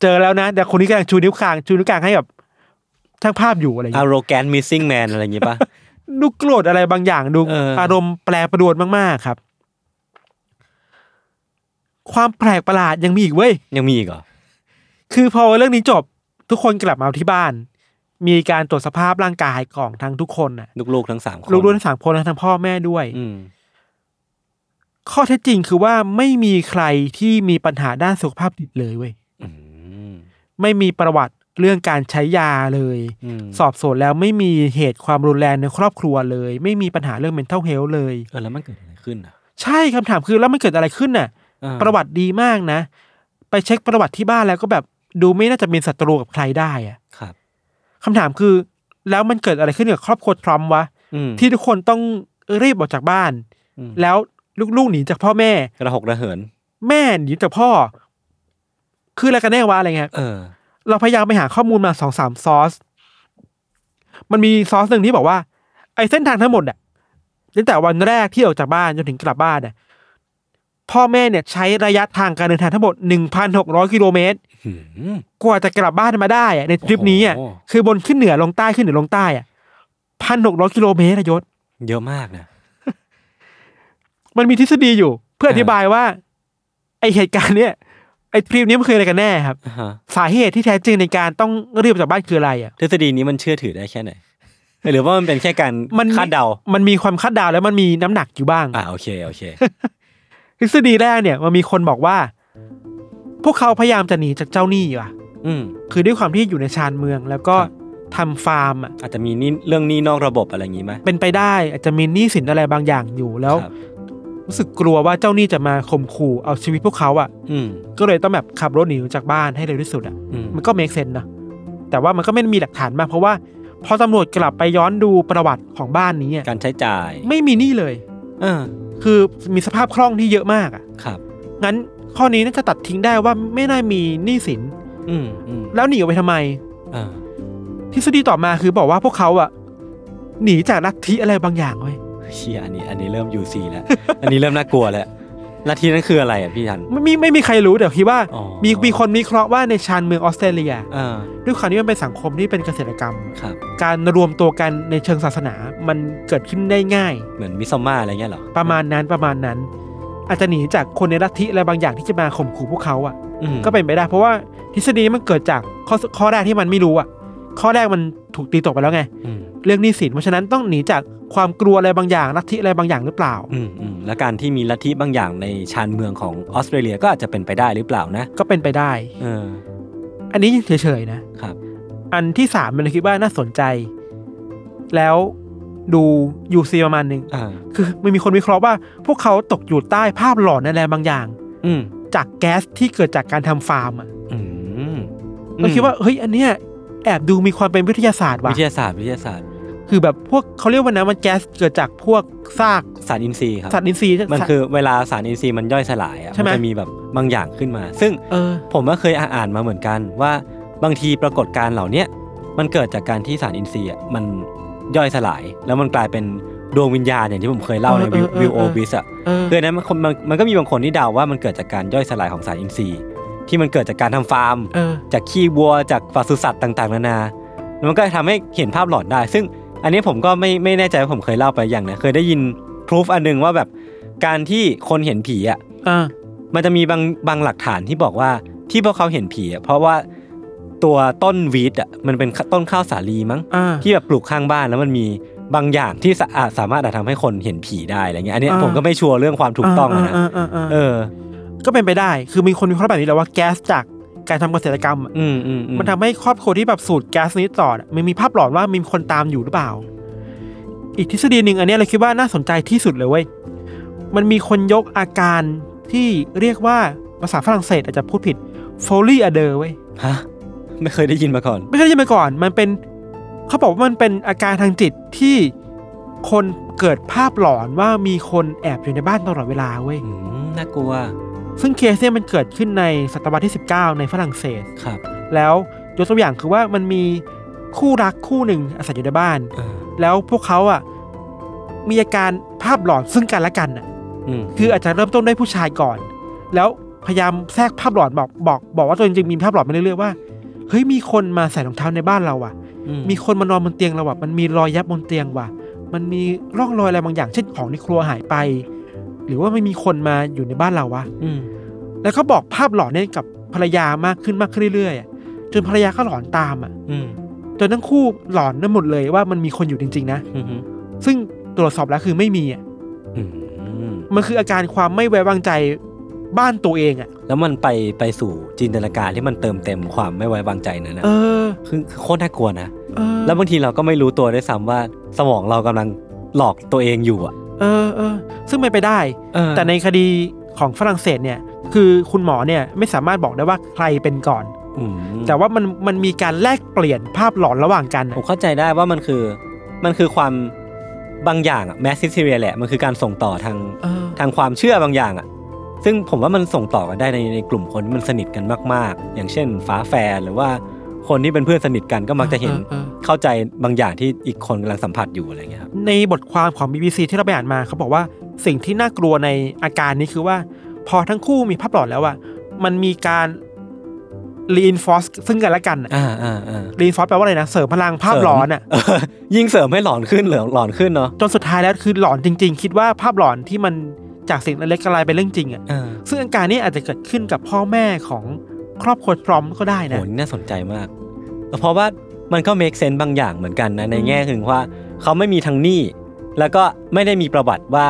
B: เจอแล้วนะ แต่คนนี้กำลังชูนิ้วกลางชูนิ้วกลางให้แบบช่างภาพอยู่อะไรอย่าง
A: อา
B: เงี้ย
A: โรแกนมิสซิ่งแมนอะไรอย่างงี้ป่ะ
B: ดูโกรธอะไรบางอย่างดู
A: เอออ
B: อารมณ์แปรปรวนมากๆครับ ความแปลกประหลาดยังมีอีกเว้ย
A: ยังมีอีกเหรอ
B: คือพอเรื่องนี้จบทุกคนกลับมาที่บ้าน มีการตรวจสภาพร่างกายของทั้งทุกคนน่ะ
A: ลูกๆทั้งสามคน
B: ลูกด้วยทั้งสามคนและทั้งพ่อแม่ด้วย
A: อืม
B: ข้อเท็จจริงคือว่าไม่มีใครที่มีปัญหาด้านสุขภาพจิตเลยเว้ย
A: อืม
B: ไม่มีประวัติเรื่องการใช้ยาเลย
A: ม
B: สอบสวนแล้วไม่มีเหตุความรุนแรงในครอบครัวเลย ไม่มีปัญหาเรื่อง mental health เลย
A: เออแล้วมันเกิดอะไรขึ้นอ่ะ
B: ใช่คำถามคือแล้วมันเกิดอะไรขึ้นน่ะ
A: อ่า
B: ประวัติดีมากนะ ไปเช็คประวัติที่บ้านแล้วก็แบบดูไม่น่าจะเป็นศัตรูกับใครได้อะ
A: ครับ
B: คำถามคือ แล้วมันเกิดอะไรขึ้นกับครอบครัวทรัมป์วะ
A: อืม
B: ที่ทุกคนต้องรีบออกจากบ้าน
A: อืม
B: แล้วลูกๆหนีจากพ่อแม่
A: ระหกระเหิน
B: แม่หนีจากพ่อ คืออะไรกันแน่วะอะไรเงี้ย
A: เออ
B: เราพยายามไปหาข้อมูลมาสองสามซอส มันมีซอสหนึ่งที่บอกว่า ไอ้เส้นทางทั้งหมดอะตั้งแต่วันแรกที่ออกจากบ้านจนถึงกลับบ้านเนี่ยพ่อแม่เนี่ยใช้ระยะทางการเดินทางทั้งหมดหนึ่งพันหกร้อยกิโลเมตร
A: หืม
B: กว่าจะกลับบ้านมาได้อะในทริปนี้อะ
A: โอ้โห
B: คือบนขึ้นเหนือลงใต้ขึ้นเหนือลงใต้อะพันหกร้อยกิโลเมตรอะยศ
A: เยอะมากนะ
B: มันมีทฤษฎีอยู่ เพื่ออ
A: เออ
B: ธิบายว่า ไอเหตุการณ์เนี่ยไอทริปนี้มันคืออะไรกันแน่ครับ
A: อ่าฮะ
B: สาเหตุที่แท้จริงในการต้องรีบจากบ้านคืออะไรอ่ะ
A: ทฤษฎีนี้มันเชื่อถือได้แค่ไหน หรือว่ามันเป็นแค่การ
B: มันมี
A: คาดเดา
B: มันมีความคาดเดาแล้วมันมีน้ำหนักอยู่บ้าง
A: อ่าโอเค โอเค
B: ทฤษฎีแรกเนี่ยมันมีคนบอกว่า พวกเขาพยายามจะหนีจากเจ้าหนี้ว่ะ
A: อืม
B: คือด้วยความที่อยู่ในชานเมือง แล้วก็
A: ครับ
B: ทำฟาร์มอ่ะ
A: อาจจะมีนี่เรื่องหนี้นอกระบบอะไรอย่างงี้ไหม
B: เป็นไปได้อาจจะมีหนี้สินอะไรบางอย่างอยู่แล้ว
A: ครับ
B: รู้สึกกลัวว่าเจ้าหนี้จะมาข่มขู่เอาชีวิตพวกเขาอ่ะ
A: อืม
B: ก็เลยต้องแบบขับรถหนีออกจากบ้านให้เร็วที่สุดอ่ะ
A: อืม
B: มันก็ make sense นะ แต่ว่ามันก็ไม่มีหลักฐานมากเพราะว่า พอตำรวจกลับไปย้อนดูประวัติของบ้านนี้อะ
A: การใช้จ่าย
B: ไม่มีหนี้เลย
A: เออ
B: คือมีสภาพคล่องที่เยอะมากอ่ะ
A: ครับ
B: งั้นข้อนี้น่าจะตัดทิ้งได้ว่าไม่น่ามีหนี้สิน
A: อืมอืม
B: แล้วหนีออกไปทำไม
A: อ่า
B: ทฤษฎีต่อมาคือบอกว่าพวกเขาอ่ะหนีจากลัทธิอะไรบางอย่างเว้ย
A: เชียอันนี้ อันนี้เริ่มยูซี แล้ว อันนี้เริ่มน่ากลัวแล้วลัทธินั้นคืออะไรอ่ะพี่ทัน
B: ไม่มีไม่มีใครรู้แต่คิดว่า
A: อ๋อ
B: มีมีคนมีเคราะห์ว่าในชานเมืองออสเตรเลีย
A: อ่า
B: ด้วยความที่มันเป็นสังคมที่เป็นเกษตรกรรม
A: ครับ
B: การรวมตัวกันในเชิงศาสนามันเกิดขึ้นได้ง่าย
A: เหมือนมิซอมมาอะไรเงี้ยเหรอ
B: ประมาณนั้นประมาณนั้น อาจจะหนีจากคนในลัทธิอะไรบางอย่างที่จะมาข่มขู่พวกเขาอ่ะ
A: อืม
B: ก็เป็นไปได้เพราะว่าทฤษฎีนี้มันเกิดจากข้อข้อแรกที่มันไม่รู้อ่ะ ข้อแรกมันถูกตีตกไปแล้วไง
A: อืม
B: เรื่องหนี้สินเพราะฉะนั้นต้องหนีจากความกลัวอะไรบางอย่างลัทธิอะไรบางอย่างหรือเปล่า
A: อืมอืมแล้วการที่มีลัทธิบางอย่างในชานเมืองของออสเตรเลียก็อาจจะเป็นไปได้หรือเปล่านะ
B: ก็เป็นไปได้
A: เออ
B: อันนี้เฉยๆนะ
A: ครับ
B: อันที่สามมันเลยคิดว่าน่าสนใจ แล้วดูยูซีประมาณหนึ่ง
A: อ่า
B: คือมันมีคนวิเคราะห์ว่า พวกเขาตกอยู่ใต้ภาพหลอนอะไรบางอย่าง
A: อืม
B: จากแก๊สที่เกิดจากการทำฟาร์มอ่ะ
A: อืม
B: เราคิดว่าเฮ้ยอันเนี้ยแอบดูมีความเป็นวิทยาศาสตร์ว่ะ
A: วิทยาศาสตร์วิทยาศาสตร์
B: คือแบบพวกเขาเรียกว่านะมันแก๊สเกิดจากพวกซาก
A: สารอินทรีย์ครับ
B: สัตว์อินทรีย์
A: มันคือเวลาสารอินทรีย์มันย่อยสลายอ่ะ
B: ใช่
A: มั
B: ไหม
A: จะมีแบบบางอย่างขึ้นมา ซึ่ง
B: เออ
A: ผมก็เคยอ่านมาเหมือนกันว่าบางทีปรากฏการณ์เหล่าเนี้ยมันเกิดจากการที่สารอินทรีย์อะมันย่อยสลาย แล้วมันกลายเป็นดวงวิญญาณอย่างที่ผมเคยเล่าใน
B: เออเออเออ
A: วิวโอ
B: เออ
A: บิสอ่ะ
B: เออ
A: คืออนนั้นมันคนมันมันก็มีบางคนที่เดาว่ามันเกิดจากการย่อยสลายของสารอินทรีย์ ที่มันเกิดจากการทำฟาร์ม
B: เออ
A: จากขี้วัวจากปศุสัตว์ต่างๆนานาแล้วมันก็ทำให้เห็นภาพหลอนได้ ซึ่งอันนี้ผมก็ไม่ไม่แน่ใจว่าผมเคยเล่าไปอย่างนะเคยได้ยินพ o ูฟอันหนึงว่าแบบการที่คนเห็นผีอ่ะ
B: อ่า
A: มันจะมีบางบางหลักฐานที่บอกว่าที่พวกเขาเห็นผีอ่ะเพราะว่าตัวต้นวีดอ่ะมันเป็นต้นข้าวสาลีมั้ง
B: อ่า
A: ที่แบบปลูกข้างบ้านแล้วมันมี บางอย่างที่สะอ่ะสามารถอาจทำให้คนเห็นผีได้อะไรเงี้ยอันเนี้ย
B: อ่า
A: ผมก็ไม่ชัวร์เรื่องความถูกต้องอะนะ
B: าาา
A: เออ
B: ก็เป็นไปได้ คือมีคนวิเคราะห์แบบนี้แหล้วว่าแก๊สจากการทำเกษตรกรรมอะ
A: อืมอืมอื
B: มันทำให้ครอบครัวที่แบบสูดแก๊สนี้ต่อเนี่ยมันมีภาพหลอนว่ามีคนตามอยู่หรือเปล่า อีกทฤษฎีหนึ่งอันเนี้ยเราคิดว่าน่าสนใจที่สุดเลยเว้ย มันมีคนยกอาการที่เรียกว่าภาษาฝรั่งเศสอาจจะพูดผิด f o l i e a d e r เว้ย
A: ฮะไม่เคยได้ยินมาก่อน
B: ไม่ใช่ที่มาก่อน มันเป็นเขาบอกว่ามันเป็นอาการทางจิตที่คนเกิดภาพหลอนว่ามีคนแอบอยู่ในบ้านตลอดเวลาเว้ย
A: อืมน่ากลัว
B: ซึ่งเคสเนี่ยมันเกิดขึ้นในศตวรรษที่ 19 ในฝรั่งเศส
A: ครับ
B: แล้วยกตัวอย่างคือว่ามันมีคู่รักคู่หนึ่งอาศัยอยู่ในบ้าน
A: เออ
B: แล้วพวกเขาอ่ะมีอาการภาพหลอนซึ่งกันและกันอ่ะ
A: อืม
B: คืออาจจะเริ่มต้นด้วยผู้ชายก่อน แล้วพยายามแทรกภาพหลอนบอกบอก บอกว่าตัวเองจริงๆมีภาพหลอนมาเรื่อยๆว่าเฮ้ยมีคนมาใส่รองเท้าในบ้านเราอ่ะ มีคนมานอนบนเตียงเราอะมันมีรอยยับบนเตียงว่ะ มันมีร่องรอยอะไรบางอย่างเช่นของในครัวหายไป หรือว่าไม่มีคนมาอยู่ในบ้านเราวะ
A: อืม
B: แล้วก็บอกภาพหลอนเนี่ยกับภรรยามากขึ้นมากขึ้นเรื่อยๆอะจนภรรยาก็หลอนตามอะ
A: อืม
B: จนทั้งคู่หลอนนั่นหมดเลยว่ามันมีคนอยู่จริง ๆ นะ
A: อืมอืม
B: ซึ่งตรวจสอบแล้วคือไม่มีอะ
A: อืม
B: มันคืออาการความไม่ไว้วางใจบ้านตัวเองอะ
A: แล้วมันไปไปสู่จินตนาการที่มันเติมเต็มความไม่ไว้วางใจนั้นนะ
B: เออ
A: คือคือโคตรน่ากลัวนะ
B: เออ
A: แล้วบางทีเราก็ไม่รู้ตัวด้วยซ้ำว่า สมองเรากำลังหลอกตัวเองอยู่อ่ะ
B: เออเออ ซึ่งไม่ไปได้
A: เออ
B: แต่ในคดีของฝรั่งเศสเนี่ย คือคุณหมอเนี่ยไม่สามารถบอกได้ว่าใครเป็นก่อน
A: อืม
B: แต่ว่ามันมันมีการแลกเปลี่ยนภาพหลอนระหว่างกัน
A: ผมเข้าใจได้ว่ามันคือ มันคือความบางอย่างแมสซิสเรียแหละ มันคือการส่งต่อทาง
B: เออ
A: ทางความเชื่อบางอย่างอ่ะ ซึ่งผมว่ามันส่งต่อกันได้ในในกลุ่มคนที่มันสนิทกันมาก ๆ อย่างเช่นฝาแฝดหรือว่าคนที่เป็นเพื่อนสนิทกันก็มักจะเห็น
B: ออออ
A: เข้าใจบางอย่างที่อีกคนกำลังสัมผัสอยู่อะไรเงี้ยครับ
B: ในบทความของ BBC ที่เราไปอ่านมาเขาบอกว่าสิ่งที่น่ากลัวในอาการนี้คือว่า พอทั้งคู่มีภาพหลอนแล้วอะมันมีการ reinforce ซึ่งกันและกันอะ
A: อ่าอ่าอ่า
B: reinforce แปลว่าอะไรนะ เสริมพลังภาพ
A: เสริม
B: หลอนอะ
A: เออ ยิ่งเสริมให้หลอนขึ้นเหลืองหลอนขึ้นเนาะ
B: จนสุดท้ายแล้วคือหลอนจริง ๆ คิดว่าภาพหลอนที่มันจากสิ่งเล็กๆกลายเป็นเรื่องจริงอะ
A: อ่า
B: ซึ่งอาการนี้อาจจะเกิดขึ้นกับพ่อแม่ของครอบครัวพร้อมก็ได้
A: โห
B: นะ
A: นี่น่าสนใจมากเพราะว่ามันก็ make sense บางอย่างเหมือนกันนะในแง่ถึงว่า เขาไม่มีทางหนี้ แล้วก็ไม่ได้มีประวัติว่า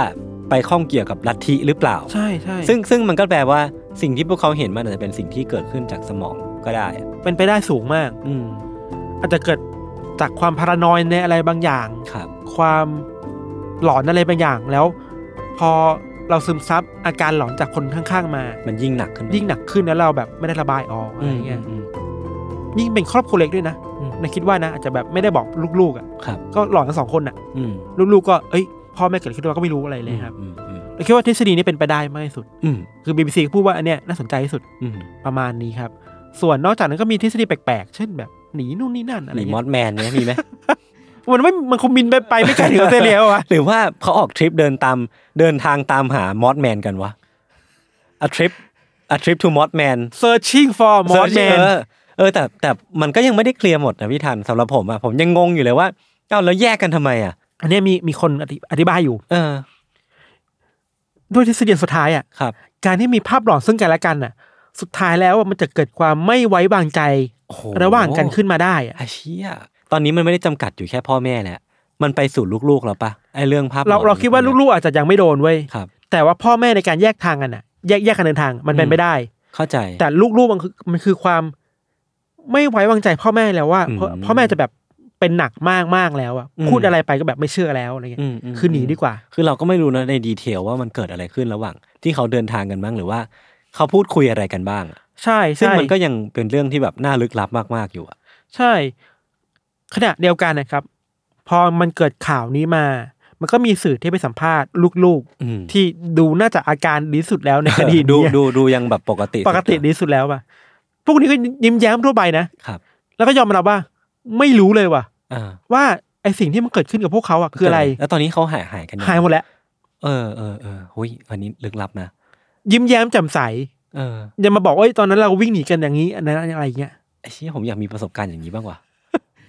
A: ไปข้องเกี่ยวกับลัทธิหรือเปล่า
B: ใช่ใช่
A: ซึ่งซึ่งมันก็แปลว่าสิ่งที่พวกเขาเห็นมันอาจจะเป็นสิ่งที่เกิดขึ้นจากสมองก็ได้อะ
B: เป็นไปได้สูงมาก
A: อืม
B: อาจจะเกิดจากความพารานอยด์ในอะไรบางอย่าง
A: ครับ
B: ความหลอนอะไรบางอย่าง แล้ว พอเราซึมซับอาการหลอนจากคนข้างๆมา
A: มันยิ่งหนักขึ้นไป
B: ยิ่งหนักขึ้นแล้วเราแบบไม่ได้ระบายออกอะไรเงี้ย
A: อืมอืม
B: ยิ่งเป็นครอบครัวเล็กด้วยนะ
A: อืม
B: นะคิดว่านะอาจจะแบบไม่ได้บอกลูกๆอ่ะ
A: ครับ
B: ก็หลอนกันสองคนอ่ะ
A: อืม
B: ลูกๆก็เอ้ยพ่อแม่เกิดขึ้นมาก็ไม่รู้อะไรเลยครับ
A: อืมอืม
B: เราคิดว่าทฤษฎีนี้เป็นไปได้มากที่สุด
A: อืม
B: คือ BBC ก็พูดว่าอันเนี้ยน่าสนใจที่สุด
A: อืม
B: ประมาณนี้ครับ ส่วนนอกจากนั้นก็มีทฤษฎีแปลกๆ เช่นแบบหนีนู่นนี่นั่นอะ
A: ห
B: ไร
A: รือม
B: เงี้
A: อย สแมนเนี่ยมีไหม
B: มันไม่มันคงบินไปไปไม่ไกลถึงออสเตรเลียปะวะ
A: หรือว่าเขาออกทริปเดินตามเดินทางตามหามอสแมนกันวะ a trip a trip to มอสแมน
B: searching for มอสแมน
A: เออแต่แต่มันก็ยังไม่ได้เคลียร์หมดนะพี่ทันสำหรับผมอะผมยังงงอยู่เลยว่าเอ้าแล้วแยกกันทำไมอะ
B: อันเนี้ยมีมีคนอธิอธิบายอยู่
A: เออ
B: ด้วยทฤษฎีสุดท้ายอ่ะ
A: ครับ
B: การที่มีภาพหลอนซึ่งกันและกันอ่ะ สุดท้ายแล้วอะมันจะเกิดความไม่ไว้วางใจ
A: โอ้โ
B: ระหว่างกันขึ้นมาได้อ่ะ
A: อาเชี่ยตอนนี้มันไม่ได้จำกัดอยู่แค่พ่อแม่แหละมันไปสู่ลูกๆแล้วปะไอเรื่องภาพ
B: เรา
A: หลอน
B: เราคิดว่าลูกๆอาจจะยังไม่โดนเว้ย
A: ครับ
B: แต่ว่าพ่อแม่ในการแยกทางกันอ่ะ แยกแยกกันเดินทางมันเป็น
A: อืม
B: ไปได้
A: เข้าใจ
B: แต่ลูกๆมันคือมันคือความไม่ไว้วางใจพ่อแม่แล้วว่า
A: อืม
B: พ่อพ่อแม่จะแบบเป็นหนักมากมากๆแล้วอ่ะ
A: อืม
B: พูดอะไรไปก็แบบไม่เชื่อแล้วอะไรเงี้ย
A: มม
B: คือหนีดีกว่า
A: คือเราก็ไม่รู้นะในดีเทลว่ามันเกิดอะไรขึ้นระหว่าง ที่เขาเดินทางกันบ้างหรือว่า เขาพูดคุยอะไรกันบ้างอะ
B: ใช่
A: ซึ่ง
B: ใช่
A: มันก็ยังเป็นเรื่องที่แบบน่าลึกลับมากๆอยู่อะ
B: ใช่ ขณะเดียวกันนะครับ พอมันเกิดข่าวนี้มา มันก็มีสื่อที่ไปสัมภาษณ์ลูก
A: อืม
B: ๆ ที่ดูน่าจะอาการดีสุดแล้วในค ดี
A: ดู
B: เนี้ย
A: ดูดูยังแบบปกติ
B: ปกติดีสุดแล้วป่ะพวกนี้ก็ยิ้มแย้มทั่วไปนะครับ แล้วก็ยอมรับว่า ไม่รู้เลยว่ะ
A: อ่า
B: ว่าไอสิ่งที่มันเกิดขึ้นกับพวกเขาอ่ะคืออะไร
A: แล้วตอนนี้เขาหายหายกันง
B: หายหมดแล้ว
A: เออเออเออหุยอันนี้ลึกลับนะ
B: ยิ้มแย้มแจ่มใส
A: เออ
B: อย่ามาบอกว่าเอ้ยตอนนั้นเราวิ่งหนีกันอย่างนี้อันนั้นอะไรอย่างเงี้ย
A: ไอ้เชี่ยผมอยากมีประสบการณ์อย่างนี้บ้าง ว่ะ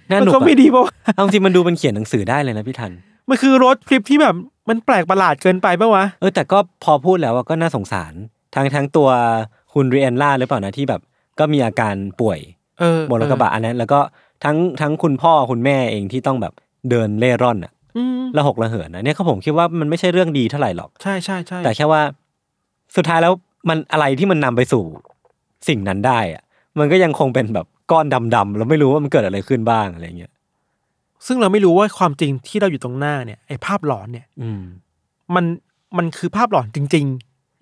A: น่า
B: มั
A: ห
B: น
A: นุก
B: ก็ไม่
A: อะ
B: ดีเพราะว่า
A: เอาจริงมันดูเป็นเขียนหนังสือได้เลยนะพี่ทัน
B: มันคือรถคลิปที่แบบมันแปลกประหลาดเกินไปปะวะ
A: เออแต่ก็พอพูดแล้วอะก็น่าสงสารทั้งทั้งตัวคุณเรียนล่าหรือเปล่านะที่แบบ ก็มีอาการป่วย
B: เออบ
A: นรถกระบะอันนั้นแล้วก็ทั้งทั้งคุณพ่อคุณแม่เองที่ต้องแบบเดินเล่ร่อนอ่ะ
B: อืม
A: ระหกระเหินนะเนี่ยเขาผมคิดว่ามันไม่ใช่เรื่องดีเท่าไหร่หรอก
B: ใช่ใช่ใช่
A: แต่แค่ว่าสุดท้ายแล้วมันอะไรที่มันนำไปสู่สิ่งนั้นได้อะมันก็ยังคงเป็นแบบก้อนดำๆแล้วไม่รู้ว่ามันเกิดอะไรขึ้นบ้างอะไรเงี้ย
B: ซึ่งเราไม่รู้ว่าความจริงที่เราอยู่ตรงหน้าเนี่ยไอ้ภาพหลอนเนี่ย
A: อืม
B: มันมันคือภาพหลอนจริง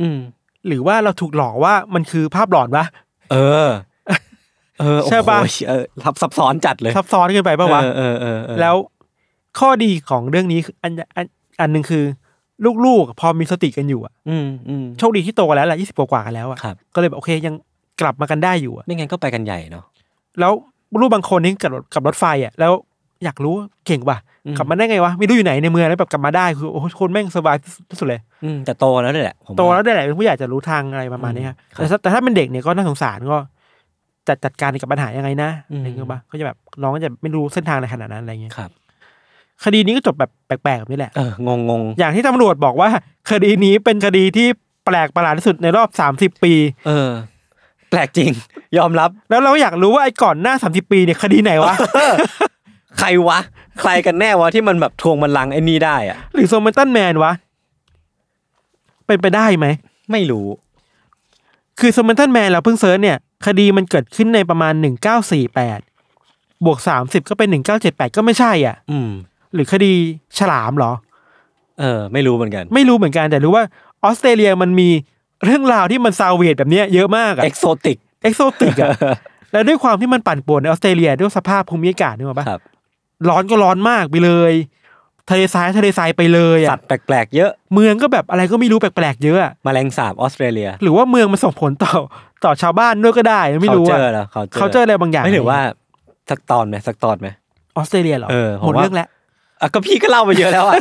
A: อืม
B: ๆ หรือว่าเราถูกหลอกว่ามันคือภาพหลอนวะ
A: เออ เออโอ้โห
B: ใช่ปะ
A: เออทับซับซ้อนจัดเลย
B: ซับซ้อนเกินไปปะวะ
A: เออเออเออเออ
B: แล้วข้อดีของเรื่องนี้คืออันอันอันหนึ่งคือ ลูกๆ พอมีสติกันอยู่อะ
A: อืมอืม
B: โชคดีที่โตกันแล้วแหละยี่สิบกว่าๆกันแล้วอะ
A: ครับ
B: ก็เลยแบบโอเคยังกลับมากันได้อยู่อะ
A: ไม่งั้นก็ไปกันใหญ่เนาะ
B: แล้วลูกบางคนนี่กับรถกับรถไฟอะแล้วอยากรู้เก่งว่ะ
A: อืม
B: กลับมาได้ไงวะไม่รู้อยู่ไหนในเมืองแล้วแบบกลับมาได้คือโอ้โหคนแม่งสบายที่สุดเลย
A: อืมแต่โตแล้วด้วยแหละผม
B: โตแล้วได้แหละเป็นผู้ใหญ่จะรู้ทางอะไรประมาณนี้ครับ
A: ครับ
B: แต่ถ้าแต่ถ้าเป็นเด็กเนี่ยก็น่าสงสารก็จัดจัดการกับปัญหายังไงนะ
A: อืม
B: อะไรเงี้ยปะก็จะแบบน้องก็จะไม่รู้เส้นทางอะไรขนาดนั้นอะไรเงี้ย
A: ครับ
B: คดีนี้ก็จบแบบแปลกๆแบบนี้แหละ
A: เอองงง
B: อย่างที่ตำรวจบอกว่า คดีนี้เป็นคดีที่แปลกประหลาดที่สุดในรอบ 30 ปี
A: ๆเออ แปลก จริง ยอมรับ
B: แล้วเราอยากรู้ว่าไอ้ก่อนหน้า 30 ปีเนี่ยคดีไหนวะ
A: ใครวะ ใครกันแน่วะที่มันแบบทวงบัลลังก์ไอ้นี่ได้อะ
B: หรือโซมันตันแมนวะ เป็นไปได้ไหม
A: ไม่รู้
B: คือโซมันตันแมนเราเพิ่งเซิร์ชเนี่ย คดีมันเกิดขึ้นในประมาณ 1948 บวก 30 ก็เป็น 1978 ก็ไม่ใช่อ่ะ
A: อืม
B: หรือคดีฉลามเหรอ
A: เออ ไม่รู้เหมือนกัน
B: ไม่รู้เหมือนกันแต่รู้ว่าออสเตรเลียมันมีเรื่องราวที่มันซาเวตแบบเนี้ยเยอะมากอะ
A: เอ็กโซติก
B: เอ็กโซติ กอะ แล้วด้วยความที่มันปั่นป่วนในออสเตรเลียด้วยสภาพภูมิอากาศนี่หรอกปะ
A: ครับ
B: ร้อนก็ร้อนมากไปเลย ทะเลทรายทะเลทรายไปเลย
A: สั
B: อะ
A: ตว์แปลกๆเยอะ
B: เมืองก็แบบอะไรก็ไม่รู้แปลกๆเยอะอะ
A: แมลงสาบออสเตรเลีย
B: หรือว่าเมืองมันส่งผลต่อ ต่อชาวบ้านด้วยก็ได้ไม่รู้
A: เจ
B: อะ
A: อแล้วเขาเจอ
B: เขาเจออะไรบางอย่าง
A: ไม่ถือว่าสักตอนไหมสักตอนไหม
B: ออสเตรเลียเหรอ
A: เออผม
B: หมด
A: ว่า
B: เรื่องแล้ว
A: อ่ะก็พี่ก็เล่าไปเยอะแล้วอ่ะ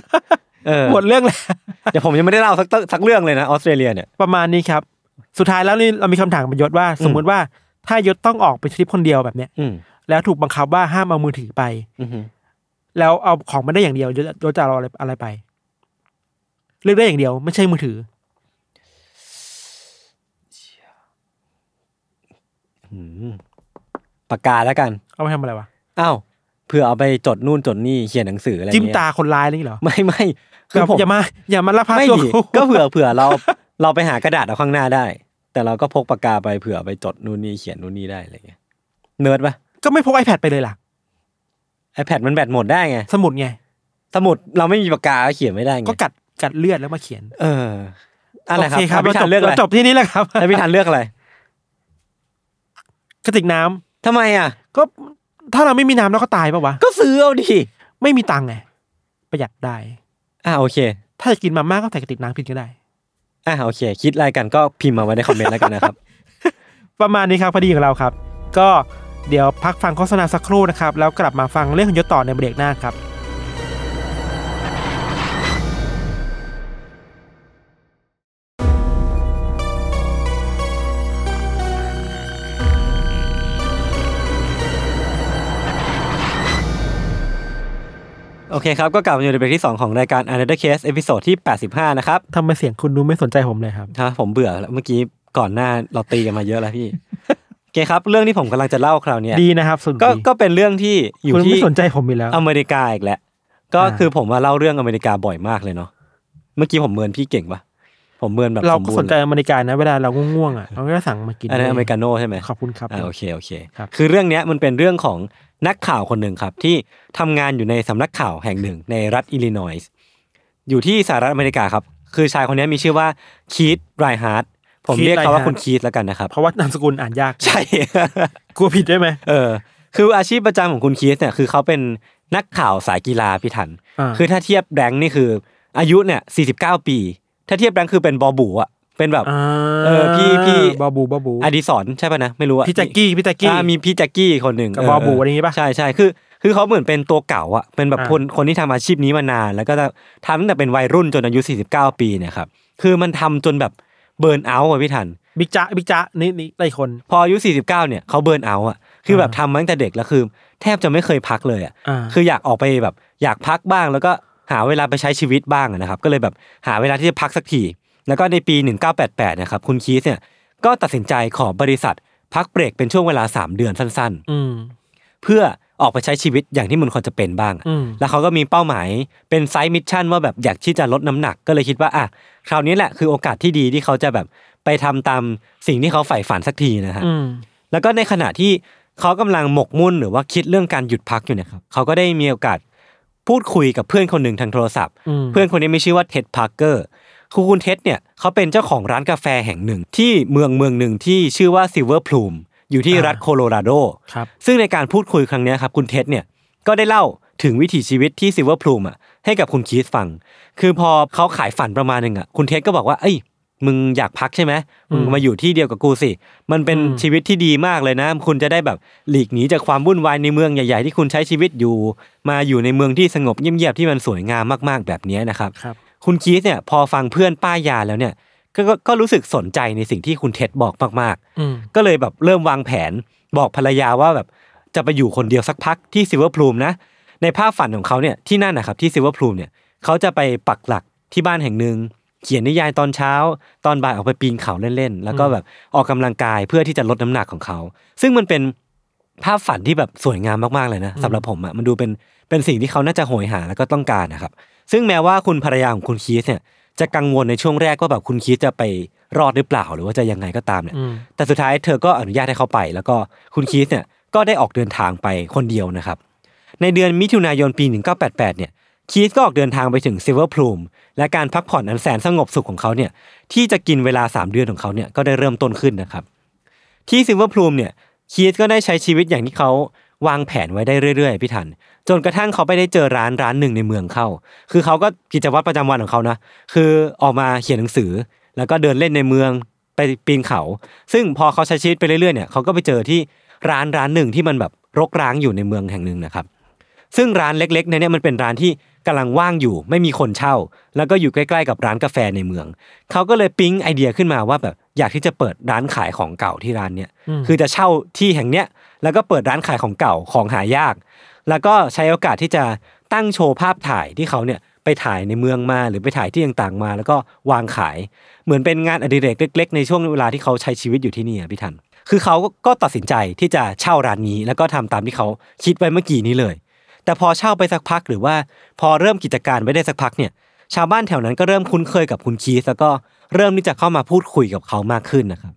A: เออ
B: หมดเรื่องแล้ว
A: เดี๋ยวผมยังไม่ได้เล่าสักตสักเรื่องเลยนะออสเตรเลียเนี่ย
B: ประมาณนี้ครับ สุดท้ายแล้วนี่เรามีคำถามกับยศว่า สมมุติว่าถ้ายศต้องออกไปทริปคนเดียวแบบเนี้ย
A: อืม
B: แล้วถูกบังคับว่าห้ามเอามือถือไป
A: อือหือ
B: แล้วเอาของมาได้อย่างเดียวยศยศจะเอาอะไรอะไรไปเลือกได้อย่างเดียว ไม่ใช่มือถือ
A: อืมปากกาแล้วกัน
B: เอาไปทำอะไรวะ
A: อ้าวเพื่อเอาไปจดนู่นจดนี่เขียนหนังสืออะไร
B: จิ้ม
A: เงี้ย
B: ตาคนร้ายอะไรอย่างงี้เหรอ
A: ไม่ไม่คื
B: แบ
A: อบ ผม
B: อย่ามา อย่ามาละพา
A: ไม่
B: ตัว
A: ดิ
B: กู
A: ก็เผื่อเผื่อเราเราไปหากระดาษเอาข้างหน้าได้ แต่เราก็พกปากกาไปเผื่อไปจดนู่นนี่เขียนนู่นนี่ได้อะไรเงี้ยเนิร์ดปะ
B: ก็ไม่พก iPad ไปเลยล่ะ
A: iPad มันแบตหมดได้ไง
B: สมุดไง
A: สมุดเราไม่มีปากกาก็เขียนไม่ได้ไง
B: ก็กัดกัดเลือดแล้วมาเขียน
A: เอออะไรครับ
B: โอเคครับ
A: ให้พี่
B: เราจ
A: ทั
B: บ
A: นเลือกอะไร
B: เราจบที่นี่แหละ ครับ
A: ให้พี่ทันเลือกอะไร
B: กระติกน้ำ
A: ทำไมอ่ะ
B: ก็ถ้าเราไม่มีน้ำเราก็ตายปะวะ
A: ก็ซื้อเอาดิ
B: ไม่มีตังค์ไงประหยัดได้
A: อ่ะโอเค
B: ถ้าจะกินมาม่าก็ใส่กระติกน้ำผิดก็ได้
A: อ่ะโอเค คิดอะไรกันก็พิมพ์มาไว้ในคอมเมนต์แล้วกันนะครับ
B: ประมาณนี้ครับพอดีของเราครับ ก็เดี๋ยวพักฟังโฆษณาสักครู่นะครับ แล้วกลับมาฟังเรื่องของยศต่อในเบรกหน้าครับ
A: โอเคครับ ก็กลับมาอยู่ในเบรกที่ 2 ของรายการ Another Case เอพิโซดที่ 85 นะครับ
B: ทำไมเสียงคุณดูไม่สนใจผมเลยครับ
A: ฮะผมเบื่อแล้วเมื่อกี้ก่อนหน้าเราตีกันมาเยอะแล้วพี่ โอเคครับ เรื่องที่ผมกำลังจะเล่าคราวเนี้ย
B: ดีนะครับสุด
A: ก็
B: ดี
A: ก็เป็นเรื่องที่อยู่
B: คุณ
A: ที่
B: ไม่สนใจผมอีกแล้ว
A: อเมริกาอีกแล้วก็
B: อ่า
A: คือผมมาเล่าเรื่องอเมริกาบ่อยมากเลยเนาะเมื่อกี้ผมเมินพี่เก่งปะผมเมินแบบ
B: เรา
A: สม
B: ก็
A: บูร
B: สน
A: ณ์
B: ใจอเมริกานะเวลาเราง่วงๆอ่ะเราก็สั่งมากิน
A: อันนั้นอเมริกาโน่ใช่ไหม
B: ขอบคุณครับ
A: อ่าโอเคโอเค
B: ครับ
A: คือเรื่องเนี้ยมันเป็นเรื่องของนักข่าวคนหนึ่งครับ ที่ทำงานอยู่ในสำนักข่าวแห่งหนึ่งในรัฐอิลลินอยส์อยู่ที่สหรัฐอเมริกาครับ คือชายคนเนี้ยมีชื่อว่าคีตไรฮาร์ดผมเรียกเขาว่า
B: Keith Reinhardt
A: คุณคีตแล้วกันนะครับ
B: เพราะว่านามสกุลอ่านยาก
A: ใช่
B: กลัวผิดได้ไหม
A: เออ คืออาชีพประจำของคุณคีตเนี่ยคือเขาเป็นนักข่าวสายกีฬาพี่ทัน
B: อ่า
A: คือถ้าเทียบแรงค์นี่คืออายุเนี่ย49 ปี ถ้าเทียบแรงค์คือเป็นบอบูอะเป็นแบบ
B: า
A: เออพี่พี่
B: บาบูบาบู
A: อดีศรใช่ป่ะนะไม่รู้อะ
B: พี่แจ็กกี้พี่แจ็กกี้
A: อ่ามีพี่แจ็คกี้คนหนึ่ง
B: กับบอบูอะไรอย่างงี้ปะ
A: ใช่ใช่คือ คือเขาเหมือนเป็นตัวเก่าอะเป็นแบบ
B: อ่า
A: คนคนที่ทำอาชีพนี้มานาน แล้วก็ทำตั้งแต่เป็นวัยรุ่นจนอายุ 49 ปีเนี่ยครับคือมันทำจนแบบเบิร์นเอาท์อะพี่ทัน
B: บิ๊กจ๊ะบิ๊กจ๊ะนี่นี่ได้คน
A: พออายุ 49 เนี่ยเขาเบิร์นเอาท์อะคือแบบ
B: อ่า
A: ทำมาตั้งแต่เด็กแล้วคือ แทบจะไม่เคยพักเลยอะ
B: อ่า
A: คืออยากออกไปแบบอยากพักบ้าง แล้วก็หาเวลาไปใช้ชีวิตบ้างอะนะครับก็เลยแบบหาเวลาที่จะพักสักทีแล้วก็ในปี 1988 นะครับคุณคีสเนี่ยก็ตัดสินใจขอบริษัทพักเบรกเป็นช่วงเวลา 3 เดือนสั้น ๆ
B: อืม
A: เพื่อ ออกไปใช้ชีวิตอย่างที่มันควรจะเป็นบ้างอะ
B: อืม
A: แล้วเขาก็มีเป้าหมายเป็นไซส์มิชชั่นว่าแบบอยากที่จะลดน้ำหนักก็เลยคิดว่าอ่ะคราวนี้แหละคือโอกาสที่ดีที่เขาจะแบบไปทำตามสิ่งที่เขาใฝ่ฝันสักทีนะฮะ
B: อืม
A: แล้วก็ในขณะที่เขากำลังหมกมุ่นหรือว่าคิดเรื่องการหยุดพักอยู่เนี่ยครับเขาก็ได้มีโอกาสพูดคุยกับเพื่อนคนหนึ่งทางโทรศัพท์
B: อืม
A: เพื่อนคนนี้มีชื่อว่าเท็ดพาร์เกอร์คือคุณเท็ดเนี่ยเขาเป็นเจ้าของร้านกาแฟแห่งหนึ่ง ที่เมืองเมืองหนึ่งที่ชื่อว่าซิลเวอร์พลูมอยู่ที่รัฐโคโลราโด
B: ครับ
A: ซึ่งในการพูดคุยครั้งเนี้ยครับคุณเท็ดเนี่ยก็ได้เล่าถึงวิถีชีวิตที่ซิลเวอร์พลูมอ่ะให้กับคุณคีสฟัง คือพอเขาขายฝันประมาณหนึ่งอ่ะคุณเท็ดก็บอกว่า เอ้ย มึงอยากพักใช่ไหมมึง
B: อืม
A: มาอยู่ที่เดียวกับกูสิ มันเป็น
B: อืม
A: ชีวิตที่ดีมากเลยนะ คุณจะได้แบบหลีกหนีจากความวุ่นวายในเมืองใหญ่ๆที่คุณใช้ชีวิตอยู่ มาอยู่ในเมืองที่สงบเงียบๆที่มันสวยงามมากๆแบบเนี้ยนะครับ
B: ครับ
A: คุณคีสเนี่ยพอฟังเพื่อนป้ายยาแล้วเนี่ยก็ก็ก็รู้สึกสนใจในสิ่งที่คุณเท็ดบอกมากๆ
B: อืม
A: ก็เลยแบบเริ่มวางแผนบอกภรรยาว่าแบบจะไปอยู่คนเดียวสักพักที่ซิลเวอร์พลูมนะในภาพฝันของเขาเนี่ยที่นั่นนะครับที่ซิลเวอร์พลูมเนี่ยเขาจะไปปักหลักที่บ้านแห่งหนึ่งเขียนนิยายตอนเช้า ตอนบ่ายออกไปปีนเขาเล่นๆ แล้วก็
B: อืม
A: แบบออกกำลังกายเพื่อที่จะลดน้ำหนักของเขา ซึ่งมันเป็นภาพฝันที่แบบสวยงามมากๆเลยนะสำหรับผมอะ่ะมันดูเป็นเป็นสิ่งที่เขาน่าจะโหยหาแล้วก็ต้องการนะครับ ซึ่งแม้ว่าคุณภรรยาของคุณคีสเนี่ยจะกังวลในช่วงแรกว่าแบบคุณคีสจะไปรอดหรือเปล่าหรือว่าจะยังไงก็ตามเนี่ย
B: อืม
A: แต่สุดท้ายเธอก็อนุญาตให้เขาไป แล้วก็คุณคีสเนี่ยก็ได้ออกเดินทางไปคนเดียวนะครับ ในเดือนมิถุนายนปี 1988 เนี่ยคีสก็ออกเดินทางไปถึงซิลเวอร์พลูมและการพักผ่อนอันแสนสงบสุขของเขาเนี่ยที่จะกินเวลา 3 เดือนของเขาเนี่ยก็ได้เริ่มต้นขึ้นนะครับ ที่ซิลเวอร์พลูมเนี่ยคีสก็ได้ใช้ชีวิตอย่างที่เขาวางแผนไว้ได้เรื่อยๆพี่ทัน จนกระทั่งเขาไปได้เจอร้านร้านหนึ่งในเมืองเข้า คือเขาก็กิจวัตรประจำวันของเขานะ คือออกมาเขียนหนังสือ แล้วก็เดินเล่นในเมืองไปปีนเขา ซึ่งพอเขาใช้ชีวิตไปเรื่อยๆเนี่ยเขาก็ไปเจอที่ร้านร้านหนึ่งที่มันแบบรกร้างอยู่ในเมืองแห่งหนึ่งนะครับ ซึ่งร้านเล็กๆในเนี่ยมันเป็นร้านที่กำลังว่างอยู่ ไม่มีคนเช่า แล้วก็อยู่ใกล้ๆกับร้านกาแฟในเมือง เขาก็เลยปิ๊งไอเดียขึ้นมาว่าแบบอยากที่จะเปิดร้านขายของเก่าที่ร้านเนี่ย
B: อืม
A: คือจะเช่าที่แห่งเนี้ยแล้วก็เปิดร้านขายของเก่าของหายาก แล้วก็ใช้โอกาสที่จะตั้งโชว์ภาพถ่ายที่เขาเนี่ยไปถ่ายในเมืองมาหรือไปถ่ายที่ต่างๆมา แล้วก็วางขาย เหมือนเป็นงานอดิเรกเล็ก ๆ ในช่วงเวลาที่เขาใช้ชีวิตอยู่ที่นี่อะพี่ทัน คือเขาก็ตัดสินใจที่จะเช่าร้านนี้ แล้วก็ทำตามที่เขาคิดไว้เมื่อกี้นี้เลย แต่พอเช่าไปสักพักหรือว่าพอเริ่มกิจการไปได้สักพักเนี่ย ชาวบ้านแถวนั้นก็เริ่มคุ้นเคยกับคุณคีสแล้วก็เริ่มที่จะเข้ามาพูดคุยกับเขามากขึ้นนะครับ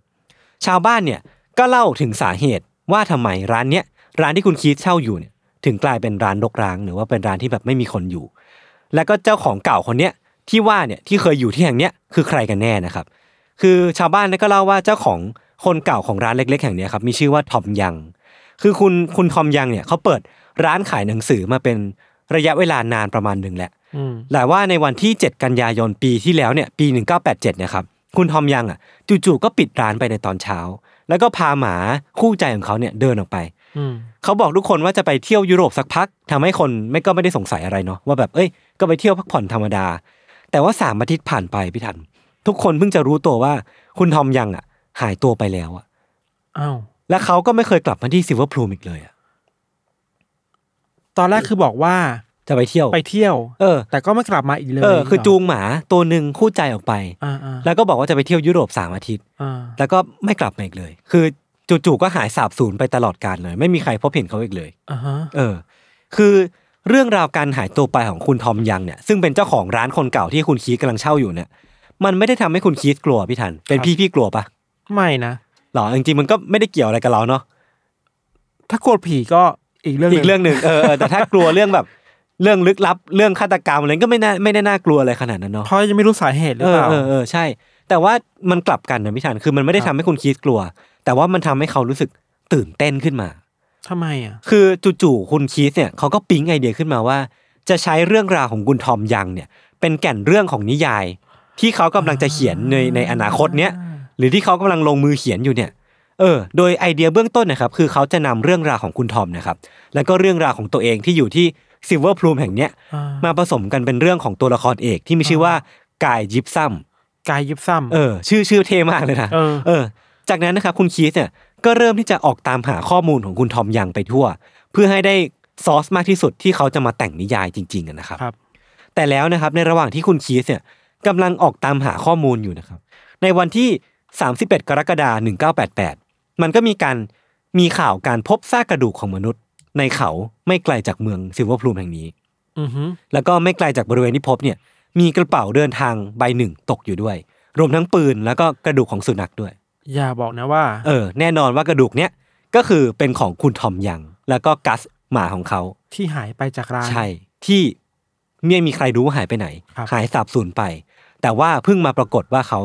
A: ชาวบ้านเนี่ยก็เล่าถึงสาเหตุว่าทำไมร้านเนี้ยร้านที่คุณคีสเช่าอยู่เนี่ยถึงกลายเป็นร้านรกร้าง หรือว่าเป็นร้านที่แบบไม่มีคนอยู่ แล้วก็เจ้าของเก่าคนเนี้ยที่ว่าเนี่ยที่เคยอยู่ที่แห่งเนี้ยคือใครกันแน่นะครับ คือชาวบ้านเนี่ยก็เล่าว่าเจ้าของคนเก่าของร้านเล็ก ๆ แห่งเนี้ยครับมีชื่อว่าทอมยัง คือคุณคุณทอมยังเนี่ยเขาเปิดร้านขายหนังสือมาเป็นระยะเวลานานประมาณหนึ่งแหละ
B: อืม
A: แต่ว่าในวันที่ 7 กันยายนปีที่แล้วเนี่ยปี 1987เนี่ยครับคุณทอมยังอ่ะจู่ๆก็ปิดร้านไปในตอนเช้า แล้วก็พาหมาคู่ใจของเขาเนี่ยเดินออกไป
B: อืม
A: เขาบอกทุกคนว่าจะไปเที่ยวยุโรปสักพักทำให้คนไม่ก็ไม่ได้สงสัยอะไรเนาะว่าแบบเอ้ยก็ไปเที่ยวพักผ่อนธรรมดา แต่ว่าสามอาทิตย์ผ่านไปพี่ทัน ทุกคนเพิ่งจะรู้ตัวว่าคุณทอมยังอ่ะหายตัวไปแล้วอ่ะ
B: อ้าว
A: และเขาก็ไม่เคยกลับมาที่ซิลเวอร์พลูมอีกเลยอ่ะ
B: ตอนแรกคือบอกว่า
A: จะไปเที่ยว
B: ไปเที่ยว
A: เออ
B: แต่ก็ไม่กลับมาอีกเลย
A: เออคือจูงหมาตัวหนึ่งคู่ใจออกไป
B: อ่าอ่า
A: แล้วก็บอกว่าจะไปเที่ยวยุโรปสามอาทิตย์
B: อ่า
A: แล้วก็ไม่กลับมาอีกเลย คือจู่ๆก็หายสาบสูญไปตลอดกาลเลย ไม่มีใครพบเห็นเขาอีกเลย
B: อ่าฮะ
A: เออ คือเรื่องราวการหายตัวไปของคุณทอมยังเนี่ย ซึ่งเป็นเจ้าของร้านคนเก่าที่คุณคีสกำลังเช่าอยู่เนี่ย มันไม่ได้ทำให้คุณคีสกลัวพี่ทัน เป็นพี่พี่กลัวปะ
B: ไม่นะ
A: หรอ จริงๆมันก็ไม่ได้เกี่ยวอะไรกับเราเนาะ
B: ถ้ากลัวผีก็อีกเรื่อง
A: อีกเรื่องหนึ่งเออเออ แต่ถ้ากลัวเรื่องแบบเรื่องลึกลับเรื่องฆาตกรรมอะไรก็ไม่น่าไม่ได้น่ากลัวอะไรขนาดนั้นเนาะ
B: เพราะยังไม่รู้สาเหตุหรือ
A: เอ
B: เป
A: อ
B: ล่า
A: เออเออใช่ แต่ว่ามันกลับกันนะพี่ทัน คือมันไม่ได้
B: ครั
A: ทำ
B: บ
A: ให้คุณคีสกลัว แต่ว่ามันทำให้เขารู้สึกตื่นเต้นขึ้นมา
B: ทำไมอ่ะ
A: คือจู่ๆคุณคีสเนี่ยเขาก็ปิ๊งไอเดียขึ้นมาว่า จะใช้เรื่องราวของคุณทอมยังเนี่ย เป็นแก่นเรื่องของนิยาย ที่เขากำลังจะเขียนในในอนาคตเนี้ยหรือที่เขากำลังลงมือเขียนอยู่เนี่ยเออ โดยไอเดียเบื้องต้นนะครับ คือเขาจะนำเรื่องราวของคุณทอมนะครับ แล้วก็เรื่องราวของตัวเองที่อยู่ที่ซิลเวอร์พลูมแห่งเนี้ย
B: อ่าม
A: มาผสมกันเป็นเรื่องของตัวละครเอกที่มีชื่อว่ากายยิปซัม
B: กายยิบซ้ำ
A: เออชื่อชื่อเท่มากเลยนะ
B: เออ
A: จากนั้นนะครับคุณคีสเนี่ยก็เริ่มที่จะออกตามหาข้อมูลของคุณทอมยังไปทั่ว เพื่อให้ได้ซอสมากที่สุดที่เขาจะมาแต่งนิยายจริงๆอะนะครับ
B: ครับ
A: แต่แล้วนะครับในระหว่างที่คุณคีสเนี่ยกำลังออกตามหาข้อมูลอยู่นะครับ ในวันที่ 31 กรกฎาคม1988 มันก็มีการมีข่าวการพบซากกระดูกของมนุษย์ ในเขาไม่ไกลจากเมืองซิลเวอร์พลูมแห่งนี้
B: อือฮึ
A: แล้วก็ไม่ไกลจากบริเวณที่พบเนี่ยมีกระเป๋าเดินทางใบหนึ่งตกอยู่ด้วย รวมทั้งปืนแล้วก็กระดูกของสุนัขด้วย
B: อย่าบอกนะว่า
A: เออแน่นอนว่ากระดูกเนี้ยก็คือเป็นของคุณทอมยัง แล้วก็กัสหมาของเขา
B: ที่หายไปจากร้าน
A: ใช่ที่ไม่มีใครรู้ว่าหายไปไหน
B: ครับ
A: หายสาบสูญไป แต่ว่าเพิ่งมาปรากฏว่าเขา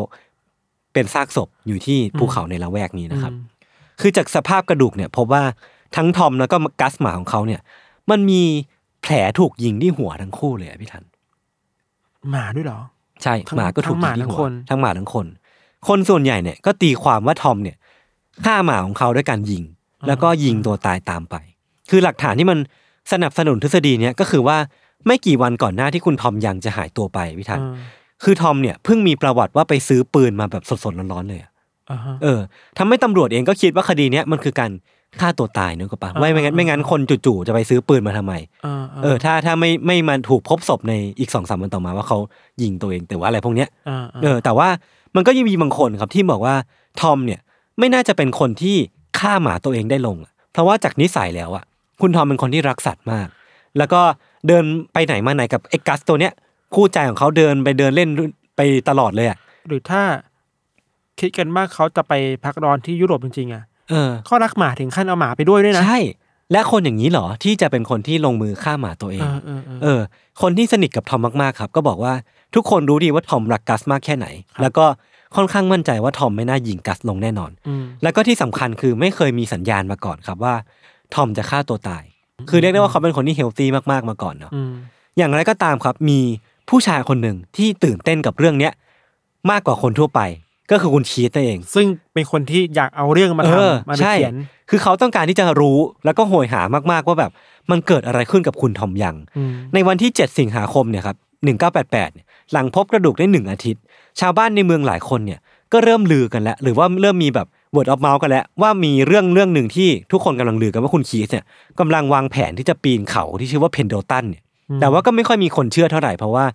A: เป็นซากศพอยู่ที่ภูเขาในละแวกนี้นะครับ
B: อืม
A: คือจากสภาพกระดูกเนี่ยพบว่าทั้งทอมแล้วก็กัสหมาของเขาเนี่ย มันมีแผลถูกยิงที่หัวทั้งคู่เลยอะพี่ทัน
B: หมาด้วยเหรอ
A: ใช่
B: ทั้ง
A: หมาก็ถูก
B: ทั้งห
A: ยิ
B: มาง
A: ที่
B: ทั้ง
A: หั
B: คว น
A: ทั้งหมาทั้งคน คนส่วนใหญ่เนี่ยก็ตีความว่าทอมเนี่ยฆ่าหมาของเขาด้วยการยิง แล้วก็ยิงตัวตายตามไป คือหลักฐานที่มันสนับสนุนทฤษฎีเนี่ยก็คือว่าไม่กี่วันก่อนหน้าที่คุณทอมยังจะหายตัวไปพี่ทัน
B: เออ
A: คือทอมเนี่ยเพิ่งมีประวัติว่าไปซื้อปืนมาแบบสดๆร้อนๆเลยอะ
B: อ่าฮะ
A: เออทำให้ตำรวจเองก็คิดว่าคดีเนี้ยมันคือการฆ่าตัวตายเนอะก็ปะ
B: อ่า
A: ไม่ไม่งั้น
B: อ่า
A: ไม่งั้นคนจู่ๆจะไปซื้อปืนมาทำไม
B: เออ
A: เออถ้าถ้าไม่ไม่มาถูกพบศพในอีกสองสามวันต่อมาว่าเขายิงตัวเองแต่ว่าอะไรพวกเนี้ย
B: เออ
A: เออแต่ว่ามันก็ยังมีบางคนครับที่บอกว่าทอมเนี่ยไม่น่าจะเป็นคนที่ฆ่าหมาตัวเองได้ลงอะเพราะว่าจากนิสัยแล้วอ่ะคุณทอมเป็นคนที่รักสัตว์มาก แล้วก็เดินไปไหนมาไหนกับไอ้กัสตัวเนี้ยคู่ใจของเขาเดินไปเดินเล่นไปตลอดเลยอ่ะ
B: หรือถ้า คิดกันว่าเขาจะไปพักร้อนที่ยุโรปจริงๆอ่ะ
A: เออ
B: ก็รักหมาถึงขั้นเอาหมาไปด้วยด้วยนะ
A: ใช่ และคนอย่างนี้เหรอที่จะเป็นคนที่ลงมือฆ่าหมาตัวเอง
B: เออเออเออ
A: เออคนที่สนิทกับทอมมากๆครับ ก็บอกว่าทุกคนรู้ดีว่าทอมรักกัสมากแค่ไหน แล้วก็ค่อนข้างมั่นใจว่าทอมไม่น่ายิงกัสลงแน่นอน
B: ม
A: แล้วก็ที่สำคัญคือไม่เคยมีสัญญาณมาก่อนครับว่า ทอมจะฆ่าตัวตาย คือเรียกได้ว่าเขาเป็นคนที่เฮลตี้มากๆมาก่อนเนาะ
B: อืม
A: อย่างไรก็ตามครับมีผู้ชายคนหนึ่งที่ตื่นเต้นกับเรื่องเนี้ยมากกว่าคนทั่วไป ก็คือคุณชีตนั่นเอง
B: ซึ่งเป็นคนที่อยากเอาเรื่องมา
A: เออ
B: ทำมาไป
A: ใช่
B: เขียน
A: คือเขาต้องการที่จะรู้แล้วก็โหยหามากๆว่าแบบมันเกิดอะไรขึ้นกับคุณทอมยัง
B: อืม
A: ในวันที่ 7 สิงหาคมเนี่ยครับ 1988เนี่ยหลังพบกระดูกได้หนึ่งอาทิตย์ ชาวบ้านในเมืองหลายคนเนี่ยก็เริ่มลือกันแล้ว หรือว่าเริ่มมีแบบ word of mouth กันแล้ว ว่ามีเรื่องเรื่องหนึ่งที่ทุกคนกำลังลือกันว่าคุณคีสเนี่ยกำลังวางแผนที่จะปีนเขาที่ชื่อว่าเพนโดตันเนี่ย แต่ว่าก็ไม่ค่อยมีคนเชื่อเท่าไหร่เพราะว่า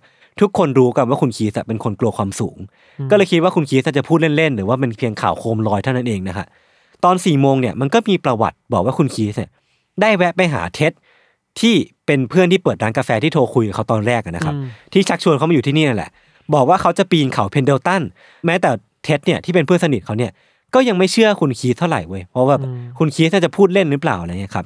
A: ทุกคนรู้กันว่าคุณคีสอะเป็นคนกลัวความสูง ก็เลยคิดว่าคุณคีสอะจะพูดเล่นๆ หรือว่าเป็นเพียงข่าวโคมลอยเท่านั้นเองนะคะตอนสี่โมงเนี่ยมันก็มีประวัติบอกว่าคุณคีสเนี่ยได้แวะไปหาเท็ดที่เป็นเพื่อนที่เปิดร้านกาแฟที่โทรคุยกับเขาตอนแรกอะนะครับ
B: อืม
A: ที่ชักชวนเขามาอยู่ที่นี่นั่นแหละ บอกว่าเขาจะปีนเขาเพนเดลตันแม้แต่เท็ดเนี่ยที่เป็นเพื่อนสนิทเขาเนี่ยก็ยังไม่เชื่อคุณคีสเท่าไหร่เว้ยเพราะว่าคุณคีสน่าจะพูดเล่นหรือเปล่าอะไรเงี้ยครับ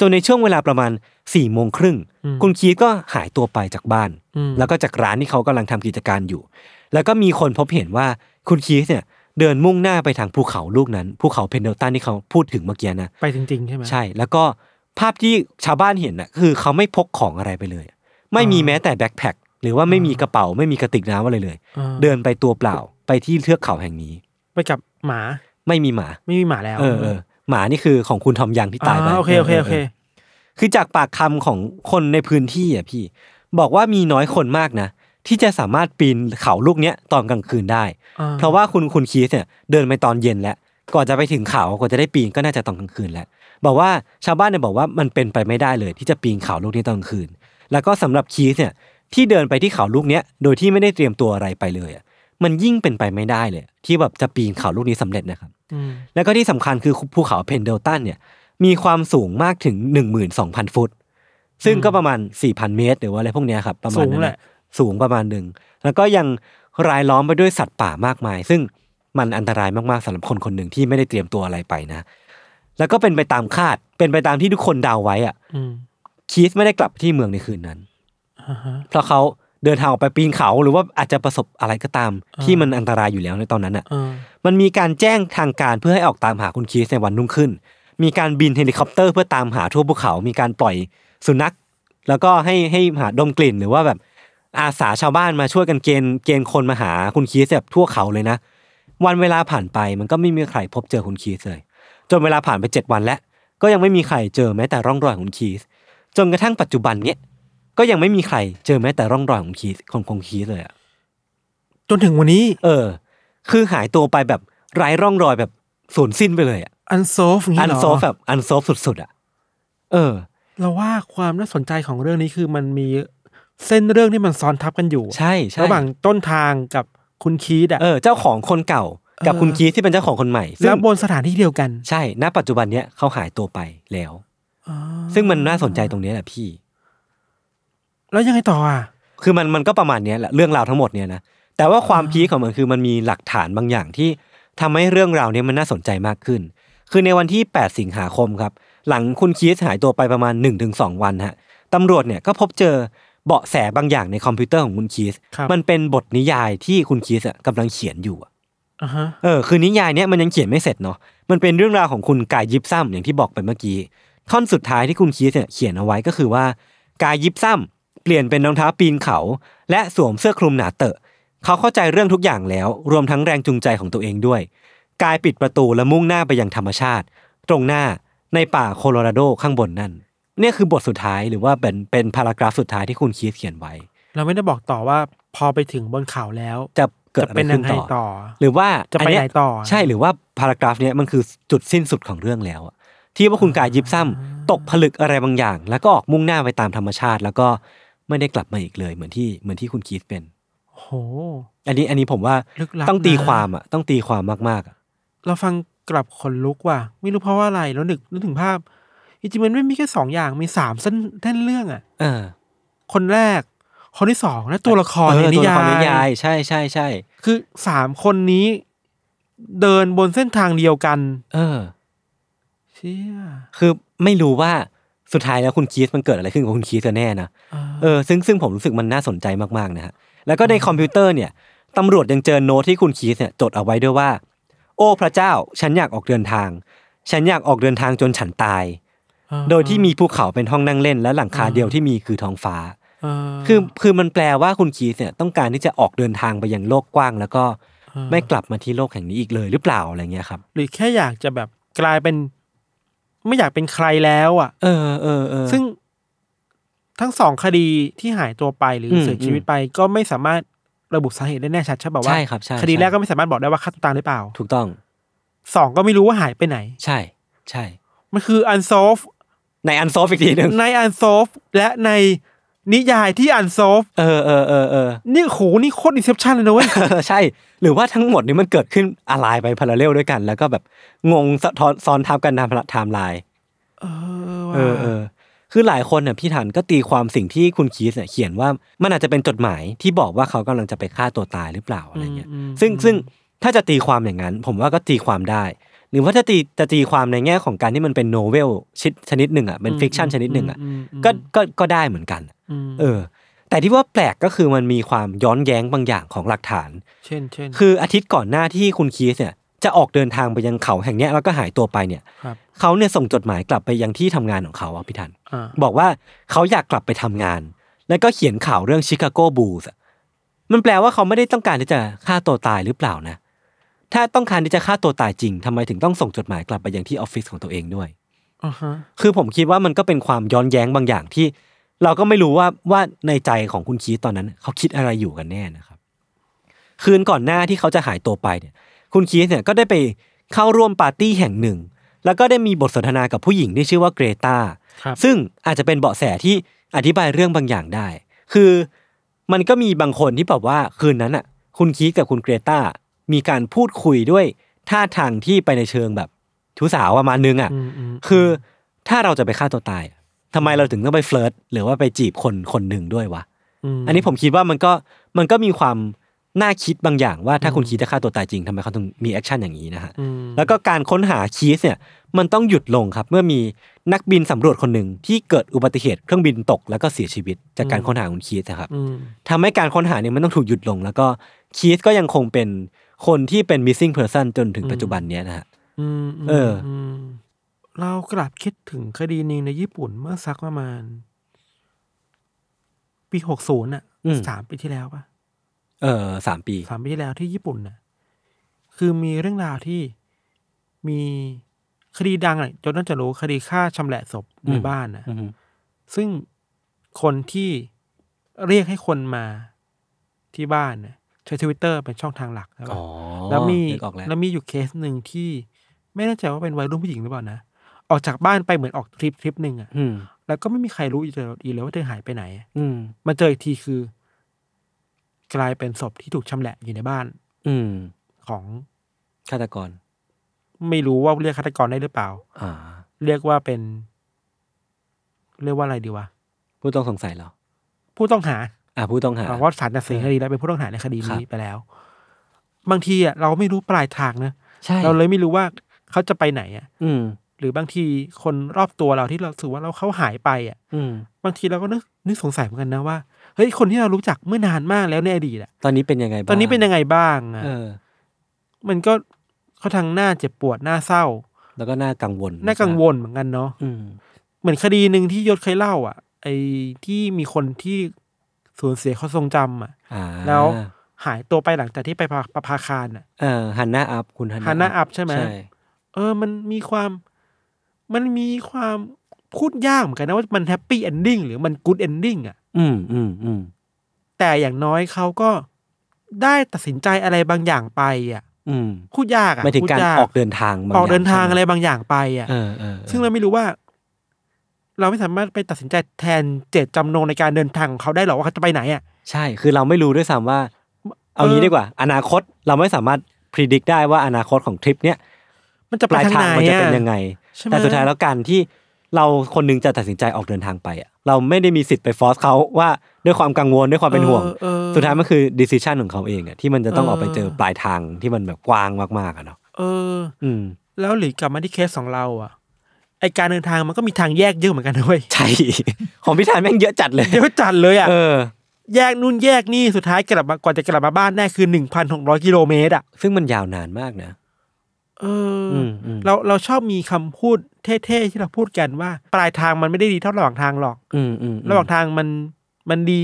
A: จนในช่วงเวลาประมาณ4ี่โมงครึ่งคุณคีสก็หายตัวไปจากบ้าน
B: อืม
A: แล้วก็จากร้านที่เขากำลังทำกิจการอยู่ แล้วก็มีคนพบเห็นว่าคุณคีสเนี่ยเดินมุ่งหน้าไปทางภูเขาลูกนั้นภูเขาเพนเดลตันที่เขาพูดถึงเมื่อกี้นะ
B: ไปจริง ๆ ใช่ไหม
A: ใช่แล้วก็ภาพที่ชาวบ้านเห็นน่ะคือเขาไม่พกของอะไรไปเลย ไม่มี
B: อ่า
A: แม้แต่แบ็คแพคหรือว่าไม่มีกระเป๋าไม่มีกระติกน้ำอะไรเลย
B: ออ
A: เดินไปตัวเปล่าไปที่เทือกเขาแห่งนี้
B: ไปกับหมา
A: ไม่มีหมา
B: ไม่มีหมาแล้ว
A: เออเออหมานี่คือของคุณทอมยังที่ตายไป
B: อ่โอเคโอเคโอเค
A: คือจากปากคำของคนในพื้นที่อ่ะพี่ บอกว่ามีน้อยคนมากนะ ที่จะสามารถปีนเขาลูกเนี้ยตอนกลางคืนได้
B: อ่า
A: เพราะว่าคุณคุณคีสเนี่ยเดินไปตอนเย็นแล้ว ก่อนจะไปถึงเขากว่าจะได้ปีนก็น่าจะตอนกลางคืนแล้ว บอกว่าชาวบ้านเนี่ยบอกว่ามันเป็นไปไม่ได้เลย ที่จะปีนเขาลูกนี้ตอนกลางคืน แล้วก็สำหรับคีสเนี่ยที่เดินไปที่เขาลูกเนี้ยโดยที่ไม่ได้เตรียมตัวอะไรไปเลยอะมันยิ่งเป็นไปไม่ได้เลย ที่แบบจะปีนเขาลูกนี้สำเร็จนะครับ
B: อืม
A: แล้วก็ที่สำคัญคือภูเขาเพนเดลตันเนี่ยมีความสูงมากถึง 12,000 ฟุต ซึ่งก็ประมาณ 4,000 เมตร หรือว่าอะไรพวกเนี้ยครับประมาณ
B: สูง
A: นั้น
B: แห
A: นะ
B: ละ
A: สูงประมาณหนึ่ง แล้วก็ยังรายล้อมไปด้วยสัตว์ป่ามากมาย ซึ่งมันอันตรายมากๆสำหรับคนคนหนึ่งที่ไม่ได้เตรียมตัวอะไรไปนะ แล้วก็เป็นไปตามคาดเป็นไปตามที่ทุกคนเดาไว้อะ
B: อืม
A: คีสไม่ได้กลับที่เมืองในคืนนั้น
B: อ่าฮะ
A: เพราะเขาเดินทางออกไปปีนเขาหรือว่าอาจจะประสบอะไรก็ตาม ที่มันอันตรายอยู่แล้วในตอนนั้นอ่ะ
B: เออ
A: มันมีการแจ้งทางการเพื่อให้ออกตามหาคุณคีสในวันรุ่งขึ้น มีการบินเฮลิคอปเตอร์เพื่อตามหาทั่วภูเขา มีการปล่อยสุนัข แล้วก็ให้ให้หาดมกลิ่นหรือว่าแบบอาสาชาวบ้านมาช่วยกันเกณฑ์เกณฑ์คนมาหาคุณคีสแบบทั่วเขาเลยนะ วันเวลาผ่านไปมันก็ไม่มีใครพบเจอคุณคีสเลย จนเวลาผ่านไปเจ็ดวันแล้วก็ยังไม่มีใครเจอแม้แต่ร่องรอยของคุณคีสจนกระทั่งปัจจุบันเนี้ยก็ยังไม่มีใครเจอแม้แต่ร่องรอยของคีสของของคีสเลยอะ
B: จนถึงวันนี้
A: เออ คือหายตัวไปแบบไร้ร่องรอยแบบสูญสิ้นไปเลยอะ
B: อันโซฟอย่าง
A: อัน
B: นี้เหรอ
A: โซฟแบบอันโซฟสุดๆอ่ะ เออ
B: เราว่าความน่าสนใจของเรื่องนี้คือมันมีเส้นเรื่องที่มันซ้อนทับกันอยู่
A: ใช่ใช่
B: ระหว่างต้นทางกับคุณคีดอ่ะ
A: เออ เจ้าของคนเก่ากับ
B: เออ
A: คุณคีที่เป็นเจ้าของคนใหม่ซึ่
B: แล้
A: ง
B: วบนสถานที่เดียวกัน
A: ใช่ ณ ปัจจุบันเนี้ยเขาหายตัวไปแล้ว
B: อ
A: ซึ่งมันน่าสนใจตรงเนี้ยแหละพี่
B: แล้วยังไงต่ออ่ะ
A: คือมันมันก็ประมาณเนี้ยแหละเรื่องราวทั้งหมดเนี่ยนะแต่ว่าความพีคของมันคือมันมีหลักฐานบางอย่างที่ทำให้เรื่องราวเนี้มันน่าสนใจมากขึ้น คือในวันที่ 8 สิงหาคมครับ หลังคุณคีสหายตัวไปประมาณ 1-2 วันฮะตำรวจเนี่ยก็พบเจอเบาะแสบางอย่างในคอมพิวเตอร์ของคุณคีส
B: ครับ
A: มันเป็นบทนิยายที่คุณคีสอะกำลังเขียนอยู่อะ
B: อ่าฮะ
A: เออคือนิยายเนี้ยมันยังเขียนไม่เสร็จเนาะมันเป็นเรื่องราวของคุณกายยิบซ้ำอย่างที่บอกไปเมื่อกี้ท่อนสุดท้ายที่คุณคีสเนี่ยเขียนเอาไว้ก็คือว่า กายยิบซ้ำเปลี่ยนเป็นรองเท้าปีนเขา และสวมเสื้อคลุมหนาเตอะ เขาเข้าใจเรื่องทุกอย่างแล้ว รวมทั้งแรงจูงใจของตัวเองด้วย กายปิดประตูและมุ่งหน้าไปยังธรรมชาติ ตรงหน้าในป่าโคโลราโดข้างบนนั่นเนี่ยคือบทสุดท้ายหรือว่าเป็นเป็นพารากราฟสุดท้ายที่คุณคีสเขียนไว้
B: เราไม่ได้บอกต่อว่าพอไปถึงบนเขาแล้ว
A: จะเกิด
B: จะ
A: อะไร
B: เป็นยั
A: ขึ้
B: ง
A: น
B: ไง
A: ต่อ
B: ต่อ
A: หรือว่า
B: จะไป
A: นเนี้ย
B: ไหนต่อ
A: ใช่หรือว่าพารากราฟเนี้ยมันคือจุดสิ้นสุดของเรื่องแล้วอะที่ว่าคุณกายยิบซ้ำตกผลึกอะไรบางอย่าง แล้วก็ออกมุ่งหน้าไปตามธรรมชาติ แล้วก็ไม่ได้กลับมาอีกเลยเหมือนที่เหมือนที่คุณคีสเป็น
B: โอ้โห
A: อันนี้อันนี้ผมว่า
B: ลึกลับ
A: ต้องตี
B: นะ
A: ความอ่ะต้องตีความมากๆอะ
B: เราฟังกลับขนลุกว่ะ ไม่รู้เพราะว่าอะไรแล้วนึกนึกถึงภาพจริงๆมันไม่มีแค่สองอย่างมีสามเส้นเส้นเรื่องอ่ะ
A: เออ
B: คนแรก คนที่สองและตัวละครใน
A: เออ
B: นิ
A: ตัวละครในนิ
B: ยาย
A: าย ยใช่ใช่ใช่
B: คือสามคนนี้ เดินบนเส้นทางเดียวกัน
A: เออ
B: เชี่ย
A: คือไม่รู้ว่าสุดท้ายแล้วคุณคีสมันเกิดอะไรขึ้นกับคุณคีสกันแน่นะ
B: อ่า
A: เออซึ่งซึ่งผมรู้สึกมันน่าสนใจมากๆนะฮะแล้วก็ในคอมพิวเตอร์เนี่ยตำรวจยังเจอโน้ตที่คุณคีสเนี่ยจดเอาไว้ด้วยว่า โอ้พระเจ้า ฉันอยากออกเดินทาง ฉันอยากออกเดินทางจนฉันตาย
B: อ่า
A: โดยที่มีภูเขาเป็นห้องนั่งเล่น และหลังคาเดียวที่มีคือท้องฟ้า
B: อ่า
A: คือคือมันแปลว่าคุณคีสเนี่ยต้องการที่จะออกเดินทางไปยังโลกกว้าง แล้วก็ไม่กลับมาที่โลกแห่งนี้อีกเลยหรือเปล่าอะไรเงี้ยครับ
B: หรือแค่อยากจะแบบกลายเป็น ไม่อยากเป็นใครแล้วอ่ะ
A: เออเออเออ
B: ซึ่งทั้งสองคดีที่หายตัวไปหรืออ
A: ม
B: เสียชีวิตไปก็ไม่สามารถระบุสาเหตุได้แน่ชัดใช่ป่าวว่า
A: ใช่ครับใช่
B: คดี
A: ใช่
B: แรกก็ไม่สามารถบอกได้ว่าฆาตกรรมหรือเปล่า
A: ถูกต้อง
B: สองก็ไม่รู้ว่าหายไปไหน
A: ใช่ใช่
B: มันคืออันโซฟ
A: ในอันซอฟอีกทีหนึ่ง
B: ในอันโซฟและในนิยายที่อันโซฟ
A: เออเออเออเออ
B: นี่โหนี่โคตรอินเซพชันเลยนะเว้ย
A: ใช่ หรือว่า ทั้งหมดนี้มันเกิดขึ้นอะไรไปพาราเรลด้วยกัน แล้วก็แบบงงสะท้อนซ้อนทับกันตามไทม์ไลน์
B: เออ
A: เอ
B: ว่ะ
A: อเออคือหลายคนน่ะพี่ทันก็ตีความสิ่งที่คุณคีสเนี่ยเขียนว่ามันอาจจะเป็นจดหมายที่บอกว่าเขากำลังจะไปฆ่าตัวตายหรือเปล่าอะไรเงี้ยซึ่งซึ่งถ้าจะตีความอย่างนั้น ผมว่าก็ตีความได้ หรือว่าถ้าตีจะตีความในแง่ของการที่มันเป็นโนเวลชิดชนิดหนึ่งอ่ะเป็นฟิกชันชนิดหนึ่งอ่ะ
B: มม
A: ก็ก็ก็ได้เหมือนกัน
B: ม
A: เออ แต่ที่ว่าแปลกก็คือมันมีความย้อนแย้งบางอย่างของหลักฐาน
B: เช่นเช่น
A: คืออาทิตย์ก่อนหน้าที่คุณคีสเนี่ยจะออกเดินทางไปยังเขาแห่งเนี้ยแล้วก็หายตัวไปเนี่ย
B: ครับ
A: เขาเนี่ยส่งจดหมายกลับไปยังที่ทำงานของเขาอะพี่ทัน
B: อ่า
A: บอกว่าเขาอยากกลับไปทำงาน แล้วก็เขียนข่าวเรื่องชิคาโกบูสมันแปลว่าเขาไม่ได้ต้องการที่จะฆ่าตัวตายหรือเปล่านะ ถ้าต้องการที่จะฆ่าตัวตายจริงทำไมถึงต้องส่งจดหมายกลับไปยังที่ออฟฟิศของตัวเองด้วย
B: อ่าฮะ
A: คือผมคิดว่ามันก็เป็นความย้อนแย้งบางอย่างที่ เราก็ไม่รู้ว่าว่าในใจของคุณคีตตอนนั้น เขาคิดอะไรอยู่กันแน่นะครับ คืนก่อนหน้าที่เขาจะหายตัวไปเนี่ย คุณคีตเนี่ยก็ได้ไปเข้าร่วมปาร์ตี้แห่งหนึ่ง แล้วก็ได้มีบทสนทนากับผู้หญิงที่ชื่อว่าเกรตา
B: ครับ
A: ซึ่งอาจจะเป็นเบาะแสที่อธิบายเรื่องบางอย่างได้ คือมันก็มีบางคนที่แบบว่าคืนนั้นอ่ะ คุณคีกกับคุณเกรตามีการพูดคุยด้วยท่าทางที่ไปในเชิงแบบชู้สาวประมาณนึงอ่ะ
B: อืมอืม
A: คือถ้าเราจะไปฆ่าตัวตายอะทำไมเราถึงต้องไปเฟลิร์ตหรือว่าไปจีบคนคนหนึ่งด้วยวะ
B: ม
A: อันนี้ผมคิดว่ามันก็มันก็มีความน่าคิดบางอย่างว่าถ้าคุณคิดจะฆ่าตัวตายจริงทำไมเขาถึงมีแอคชั่นอย่างนี้นะฮะ
B: อืม
A: แล้วก็การค้นหาคีสเนี่ยมันต้องหยุดลงครับ เมื่อมีนักบินสำรวจคนหนึ่งที่เกิดอุบัติเหตุเครื่องบินตกแล้วก็เสียชีวิตจากการ
B: อืม
A: ค้นหาคุณคีสนะครับ
B: อืม
A: ทำให้การค้นหาเนี่ยมันต้องถูกหยุดลง แล้วก็คีสก็ยังคงเป็นคนที่เป็น missing person จนถึงปัจจุบันเนี้ยนะฮะ
B: อืมม
A: เอออื
B: มเรากลับคิดถึงคดีหนึ่งในญี่ปุ่นเมื่อสักประมาณ ปีหกศูนย์อ่ะ
A: อืม
B: สามปีที่แล้วป่ะ
A: เออสามปี
B: สามปีที่แล้วที่ญี่ปุ่นน่ะ คือมีเรื่องราวที่มีคดีดังอ่ะจนน่าจะรู้คดีฆ่าชำแหละศพใน
A: อืม
B: บ้านน่ะ
A: อือฮึ
B: ซึ่งคนที่เรียกให้คนมาที่บ้านน่ะใช้ทวิตเตอร์เป็นช่องทางหลักใช่ปะ
A: อ๋อ
B: แล้วมี
A: นึกออกแล้ว
B: แล้วมีอยู่เคสหนึ่งที่ไม่แน่ใจว่าเป็นวัยรุ่นผู้หญิงหรือเปล่านะ ออกจากบ้านไปเหมือนออกทริปทริปหนึ่งอะ
A: อืม
B: แล้วก็ไม่มีใครรู้อีกเลยอีกเลยว่าเธอหายไปไหนอะ
A: อืม
B: มาเจออีกทีคือ กลายเป็นศพที่ถูกชำแหละอยู่ในบ้าน
A: อืม
B: ของ
A: ฆาตกร
B: ไม่รู้ว่าเรียกฆาตกรได้หรือเปล่า
A: อ่า
B: เรียกว่าเป็น เรียกว่าอะไรดีวะ
A: ผู้ต้องสงสัยเหรา
B: ผู้ต้องหา
A: อ่ะผู้ต้องหา
B: เพราะว่าศาลตัดสินคดีแล้วเป็นผู้ต้องหาในคดี
A: ครั
B: นี้
A: บ
B: ไปแล้ว บางทีอ่ะเราไม่รู้ปลายทางนะ
A: ใช่
B: เราเลยไม่รู้ว่าเขาจะไปไหนอ่ะ
A: อืม
B: หรือบางทีคนรอบตัวเราที่เราสูว่าเราเขาหายไปอ่ะ
A: อืม
B: บางทีเราก็นึกนึกสงสัยเหมือนกันนะว่าเฮ้ยคนที่เรารู้จักเมื่อนานมากแล้วในอดีตอ่ะ
A: ตอนนี้เป็นยังไงบ้าง
B: ตอนนี้เป็นยังไงบ้างอ่ะ
A: เออ
B: มันก็เขาทางหน้าเจ็บปวดหน้าเศร้า
A: แล้วก็น่ากังวล
B: หน้ากังวลเหมือนกันเนาะ
A: อืม
B: เหมือนคดีหนึ่งที่ยศเคยเล่า อ่ะ ไอ้ที่มีคนที่สูญเสียความทรงจำอ่ะ
A: อ่า
B: แล้วหายตัวไปหลังจากที่ไปประประภาคารอ่ะ
A: เออฮันน่าอัพคุณฮัน
B: Hannah Up ใช่ไหม
A: ใช่
B: เออ มันมีความมันมีความพูดยากเหมือนกันนะว่ามันแฮปปี้เอนดิ้งหรือมันกู o ดเอนดิ้งอ่ะ
A: อืมอืมอืม
B: แต่อย่างน้อยเขาก็ได้ตัดสินใจอะไรบางอย่างไปอ่ะ
A: อืม
B: พูดยากอ่ะ
A: หมายถึง
B: พู
A: การ
B: ย
A: ออกเดินทางบ
B: ออกเดินทาง
A: ย่
B: อะไรบางอย่างไปอ่ะ
A: เออเออ
B: ซึ่งเราไม่รู้ว่า เราไม่สามารถไปตัดสินใจแทนเจตจำนงในการเดินทางของเขาได้หรอกว่าเขาจะไปไหนอ่ะ
A: ใช่ คือเราไม่รู้ด้วยซ้ำว่า เอางี้ดีกว่า อนาคตเราไม่สามารถพิจิตได้ว่าอนาคตของทริปเนี้ย
B: มันจะ
A: ป
B: ไป
A: ลาย
B: ทาง
A: ทา
B: ไห
A: ง
B: น
A: มันจะ
B: อะ
A: เป็นยังไง
B: ใช่ไหม
A: แต่สุดท้ายแล้วการที่เราคนหนึงจะตัดสินใจออกเดินทางไปอะเราไม่ได้มีสิทธิ์ไปฟอร์สเขาว่าด้วยความกังวลด้วยความเป็นห่วง
B: ออเออ
A: สุดท้ายมันคือดิสซิชันของเขาเองอะที่มันจะต้องออกไปเจอ
B: เออ
A: ปลายทางที่มันแบบกว้างมากๆอะเนาะ
B: เออ
A: อืม
B: แล้วหรือกลับมาที่เคสของเราอ่ะไอการเดินทางมันก็มีทางแยกเยอะเหมือนกันนะเว้ย
A: ใช่ ของพิธานแม่งเยอะจัดเลย
B: เยอะจัดเลยอ่ะ
A: เออ
B: แยกนู่นแยกนี่สุดท้ายกลับมากว่าจะกลับมาบ้านได้คือหนึ่งพันหกร้อยกิโลเมตรอ่ะ
A: ซึ่งมันยาวนานมากนะ
B: เออ
A: อื
B: อ
A: มอืม
B: เราเราชอบมีคำพูดเท่ๆที่เราพูดกันว่า ปลายทางมันไม่ได้ดีเท่าระหว่างทางหรอก
A: อืมอืม
B: ระหว่างทางมันมันดี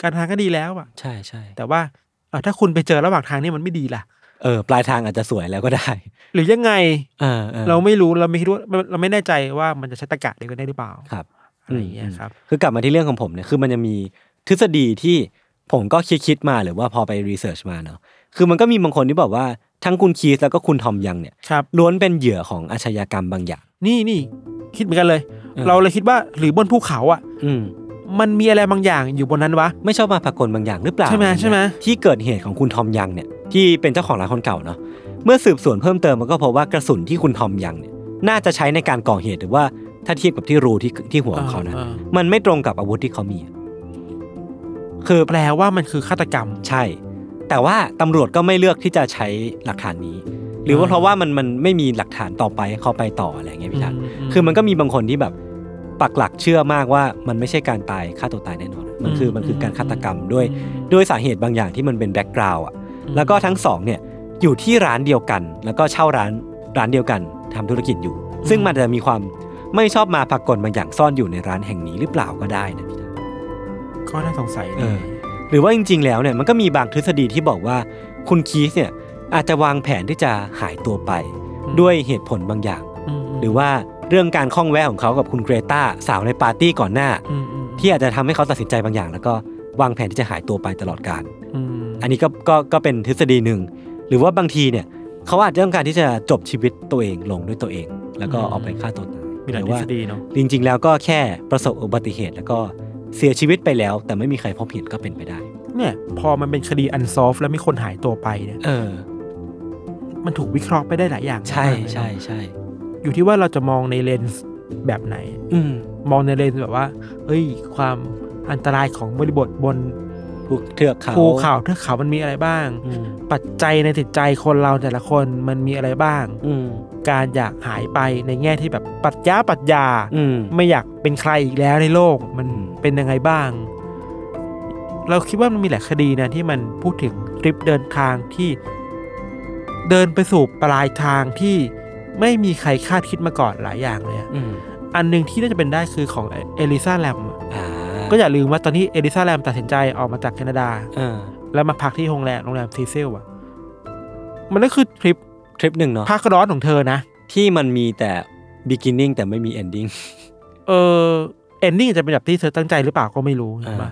B: การทางก็ดีแล้วอ่ะ
A: ใช่ใช่
B: แต่ว่าเอ่อถ้าคุณไปเจอระหว่างทางนี่มันไม่ดีล่ะ
A: เออ ปลายทางอาจจะสวยแล้วก็ได้
B: หรือยังไง
A: เออออ
B: เราไม่รู้เราไม่คิดว่าเราไม่แน่ใจว่ามันจะใช้ตะกะเดียวกันได้หรือเปล่า
A: ครับ
B: อะไรอย่างเงี้ยครับ
A: คือกลับมาที่เรื่องของผมเนี่ยคือมันจะมีทฤษฎีที่ผมก็คิดคิดๆมาหรือว่าพอไปรีเสิร์ชมาเนาะคือมันก็มีบางคนที่บอกว่าทั้งคุณคีสแล้วก็คุณทอมยังเนี่ย
B: ครับ
A: ล้วนเป็นเหยื่อของอาชญากรรมบางอย่าง
B: นี่นี่คิดเหมือนกันเลย
A: เออ
B: เราเลยคิดว่าหรือบนภูเขาอ่ะ
A: อืม
B: มันมีอะไรบางอย่างอยู่บนนั้นวะ
A: ไม่ชอบมาพากลบางอย่างหรือเปล่า
B: ใช่ไหม
A: อะรเงี้ย
B: ใช่ไหม
A: ที่เกิดเหตุของคุณทอมยังเนี่ยที่เป็นเจ้าของร้านคนเก่าเนาะเมื่อสืบสวนเพิ่มเติมมันก็พบว่ากระสุนที่คุณทอมยังเนี่ยน่าจะใช้ในการก่อเหตุหรือว่าถ้าเทียบกับที่รูที่ที่หัวของเขานั้น
B: เออ
A: มันไม่ตรงกับอาวุธที่เขามีอะคือ
B: แปลว่ามันคือฆาตกรรม
A: ใช่ แต่ว่าตำรวจก็ไม่เลือกที่จะใช้หลักฐานนี้ หรือว่า
B: อ่า
A: เพราะว่ามันมันไม่มีหลักฐานต่อไปให้เขาไปต่ออะไรอย่างเงี้ยพี่ทัน
B: ม
A: คือมันก็มีบางคนที่แบบปักหลักเชื่อมากว่ามันไม่ใช่การตายฆ่าตัวตายแน่นอน มันคือ
B: อืม
A: มันคือการฆาตกรรม
B: อืม
A: ด้วย
B: อืม
A: ด้วยสาเหตุบางอย่างที่มันเป็นแบ็กกราวด์อ่ะ แล้วก็ทั้งสองเนี่ยอยู่ที่ร้านเดียวกัน แล้วก็เช่าร้านร้านเดียวกันทำธุรกิจอยู่ ซึ่งมันจะมีความไม่ชอบมาปรากฏบางอย่างซ่อนอยู่ในร้านแห่งนี้หรือเปล่าก็ได้นะพี่นะ
B: ก็น่าสงสัย
A: เอ
B: นะ
A: อ หรือว่าจริง ๆ แล้วเนี่ยมันก็มีบางทฤษฎีที่บอกว่าคุณคีสเนี่ยอาจจะวางแผนที่จะหายตัวไป ด้วยเหตุผลบางอย่าง
B: ม
A: หรือว่าเรื่องการข้องแวะของเขากับคุณเกรตาสาวในปาร์ตี้ก่อนหน้า
B: อืมอืม
A: ที่อาจจะทำให้เขาตัดสินใจบางอย่าง แล้วก็วางแผนที่จะหายตัวไปตลอดการ
B: อืม
A: อันนี้ก็ก็ก็เป็นทฤษฎีหนึ่ง หรือว่าบางทีเนี่ย เขาอาจจะต้องการที่จะจบชีวิตตัวเองลงด้วยตัวเอง แล้วก็เอาไปฆ่าตัวตาย
B: มีห
A: ห
B: ลาย
A: รือ
B: ทฤ
A: ว่า
B: ษฎีเนาะ
A: จริง ๆ แล้วก็แค่ประสบอุบัติเหตุ แล้วก็เสียชีวิตไปแล้ว แต่ไม่มีใครพบเห็นก็เป็นไปได้
B: เนี่ย พอมันเป็นคดีอันซอฟแล้วมีคนหายตัวไปเนี่ย
A: เออ
B: มันถูกวิเคราะห์ไปได้หลายอย่าง
A: ใช่
B: มากเลยเนอะ
A: ใช่ใช่
B: อยู่ที่ว่าเราจะมองในเลนส์แบบไหน
A: อืม
B: มองในเลนส์แบบว่า เอ้ย ความอันตรายของบริบทบน
A: ภูเทือกเขา
B: ภูเขาเทือกเขามันมีอะไรบ้าง
A: อืม
B: ปัจจัยในจิตใจคนเราแต่ละคนมันมีอะไรบ้าง
A: อืม
B: การอยากหายไปในแง่ที่แบบปรัจญาปรัจญา
A: อืม
B: ไม่อยากเป็นใครอีกแล้วในโลกมัน
A: อืม
B: เป็นยังไงบ้าง เราคิดว่ามันมีหลายคดีนะที่มันพูดถึงทริปเดินทางที่ เดินไปสู่ปลายทางที่ไม่มีใครคาดคิดมาก่อนหลายอย่างเลยอะ
A: อืม
B: อันหนึ่งที่น่าจะเป็นได้คือของเอลิซาแลมอะ
A: อ่า
B: ก็อย่าลืมว่าตอนที่เอลิซาแลมตัดสินใจออกมาจากแคนาดา
A: เออ
B: แล้วมาพักที่โรงแรมโรงแรมซีเซลอะมันก็คือทริป
A: ทริปหนึ่งเนาะ
B: พักร้อนของเธอนะ
A: ที่มันมีแต่ beginning แต่ไม่มี ending
B: เออเอนดิ้งจะเป็นแบบที่เธอตั้งใจหรือเปล่าก็ไม่รู้ใช่ปะ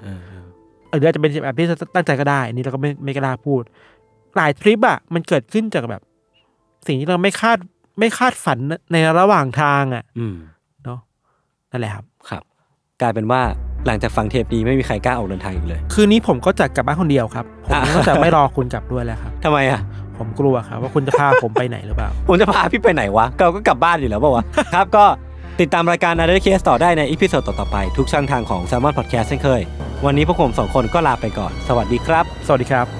B: หรืออาจจะเป็นแบบที่เธอตั้งใจก็ได้อันนี่เราก็ไม่ไม่กล้าพูด หลายทริปอะมันเกิดขึ้นจากแบบ สิ่งที่เราไม่คาดไม่คาดฝันในระหว่างทางอะ
A: อืม
B: เนาะนั่นแหละครับ
A: ครับ กลายเป็นว่าหลังจากฟังเทปนี้ไม่มีใครกล้าออกเดินทางอีกเลย
B: คืนนี้ผมก็จะกลับบ้านคนเดียวครับ ผม
A: อ่ะ
B: ก็จะไม่รอคุณกลับด้วยแล้วครับ
A: ทำไมอ่ะ
B: ผมกลัวครับว่าคุณจะพา ผมไปไหนหรือเปล่า
A: ผมจะพาพี่ไปไหนวะ เราก็กลับบ้านอยู่แล้วเปล่าวะ ครับก็ ติดตามรายการ Another Case ต่อได้ในอีพิโซดต่อๆไป ทุกช่องทางของ s ซ l m o n Podcast เช่นเคย วันนี้พวกผมสองคนก็ลาไปก่อน สวัสดีครับ
B: สวัสดีครับ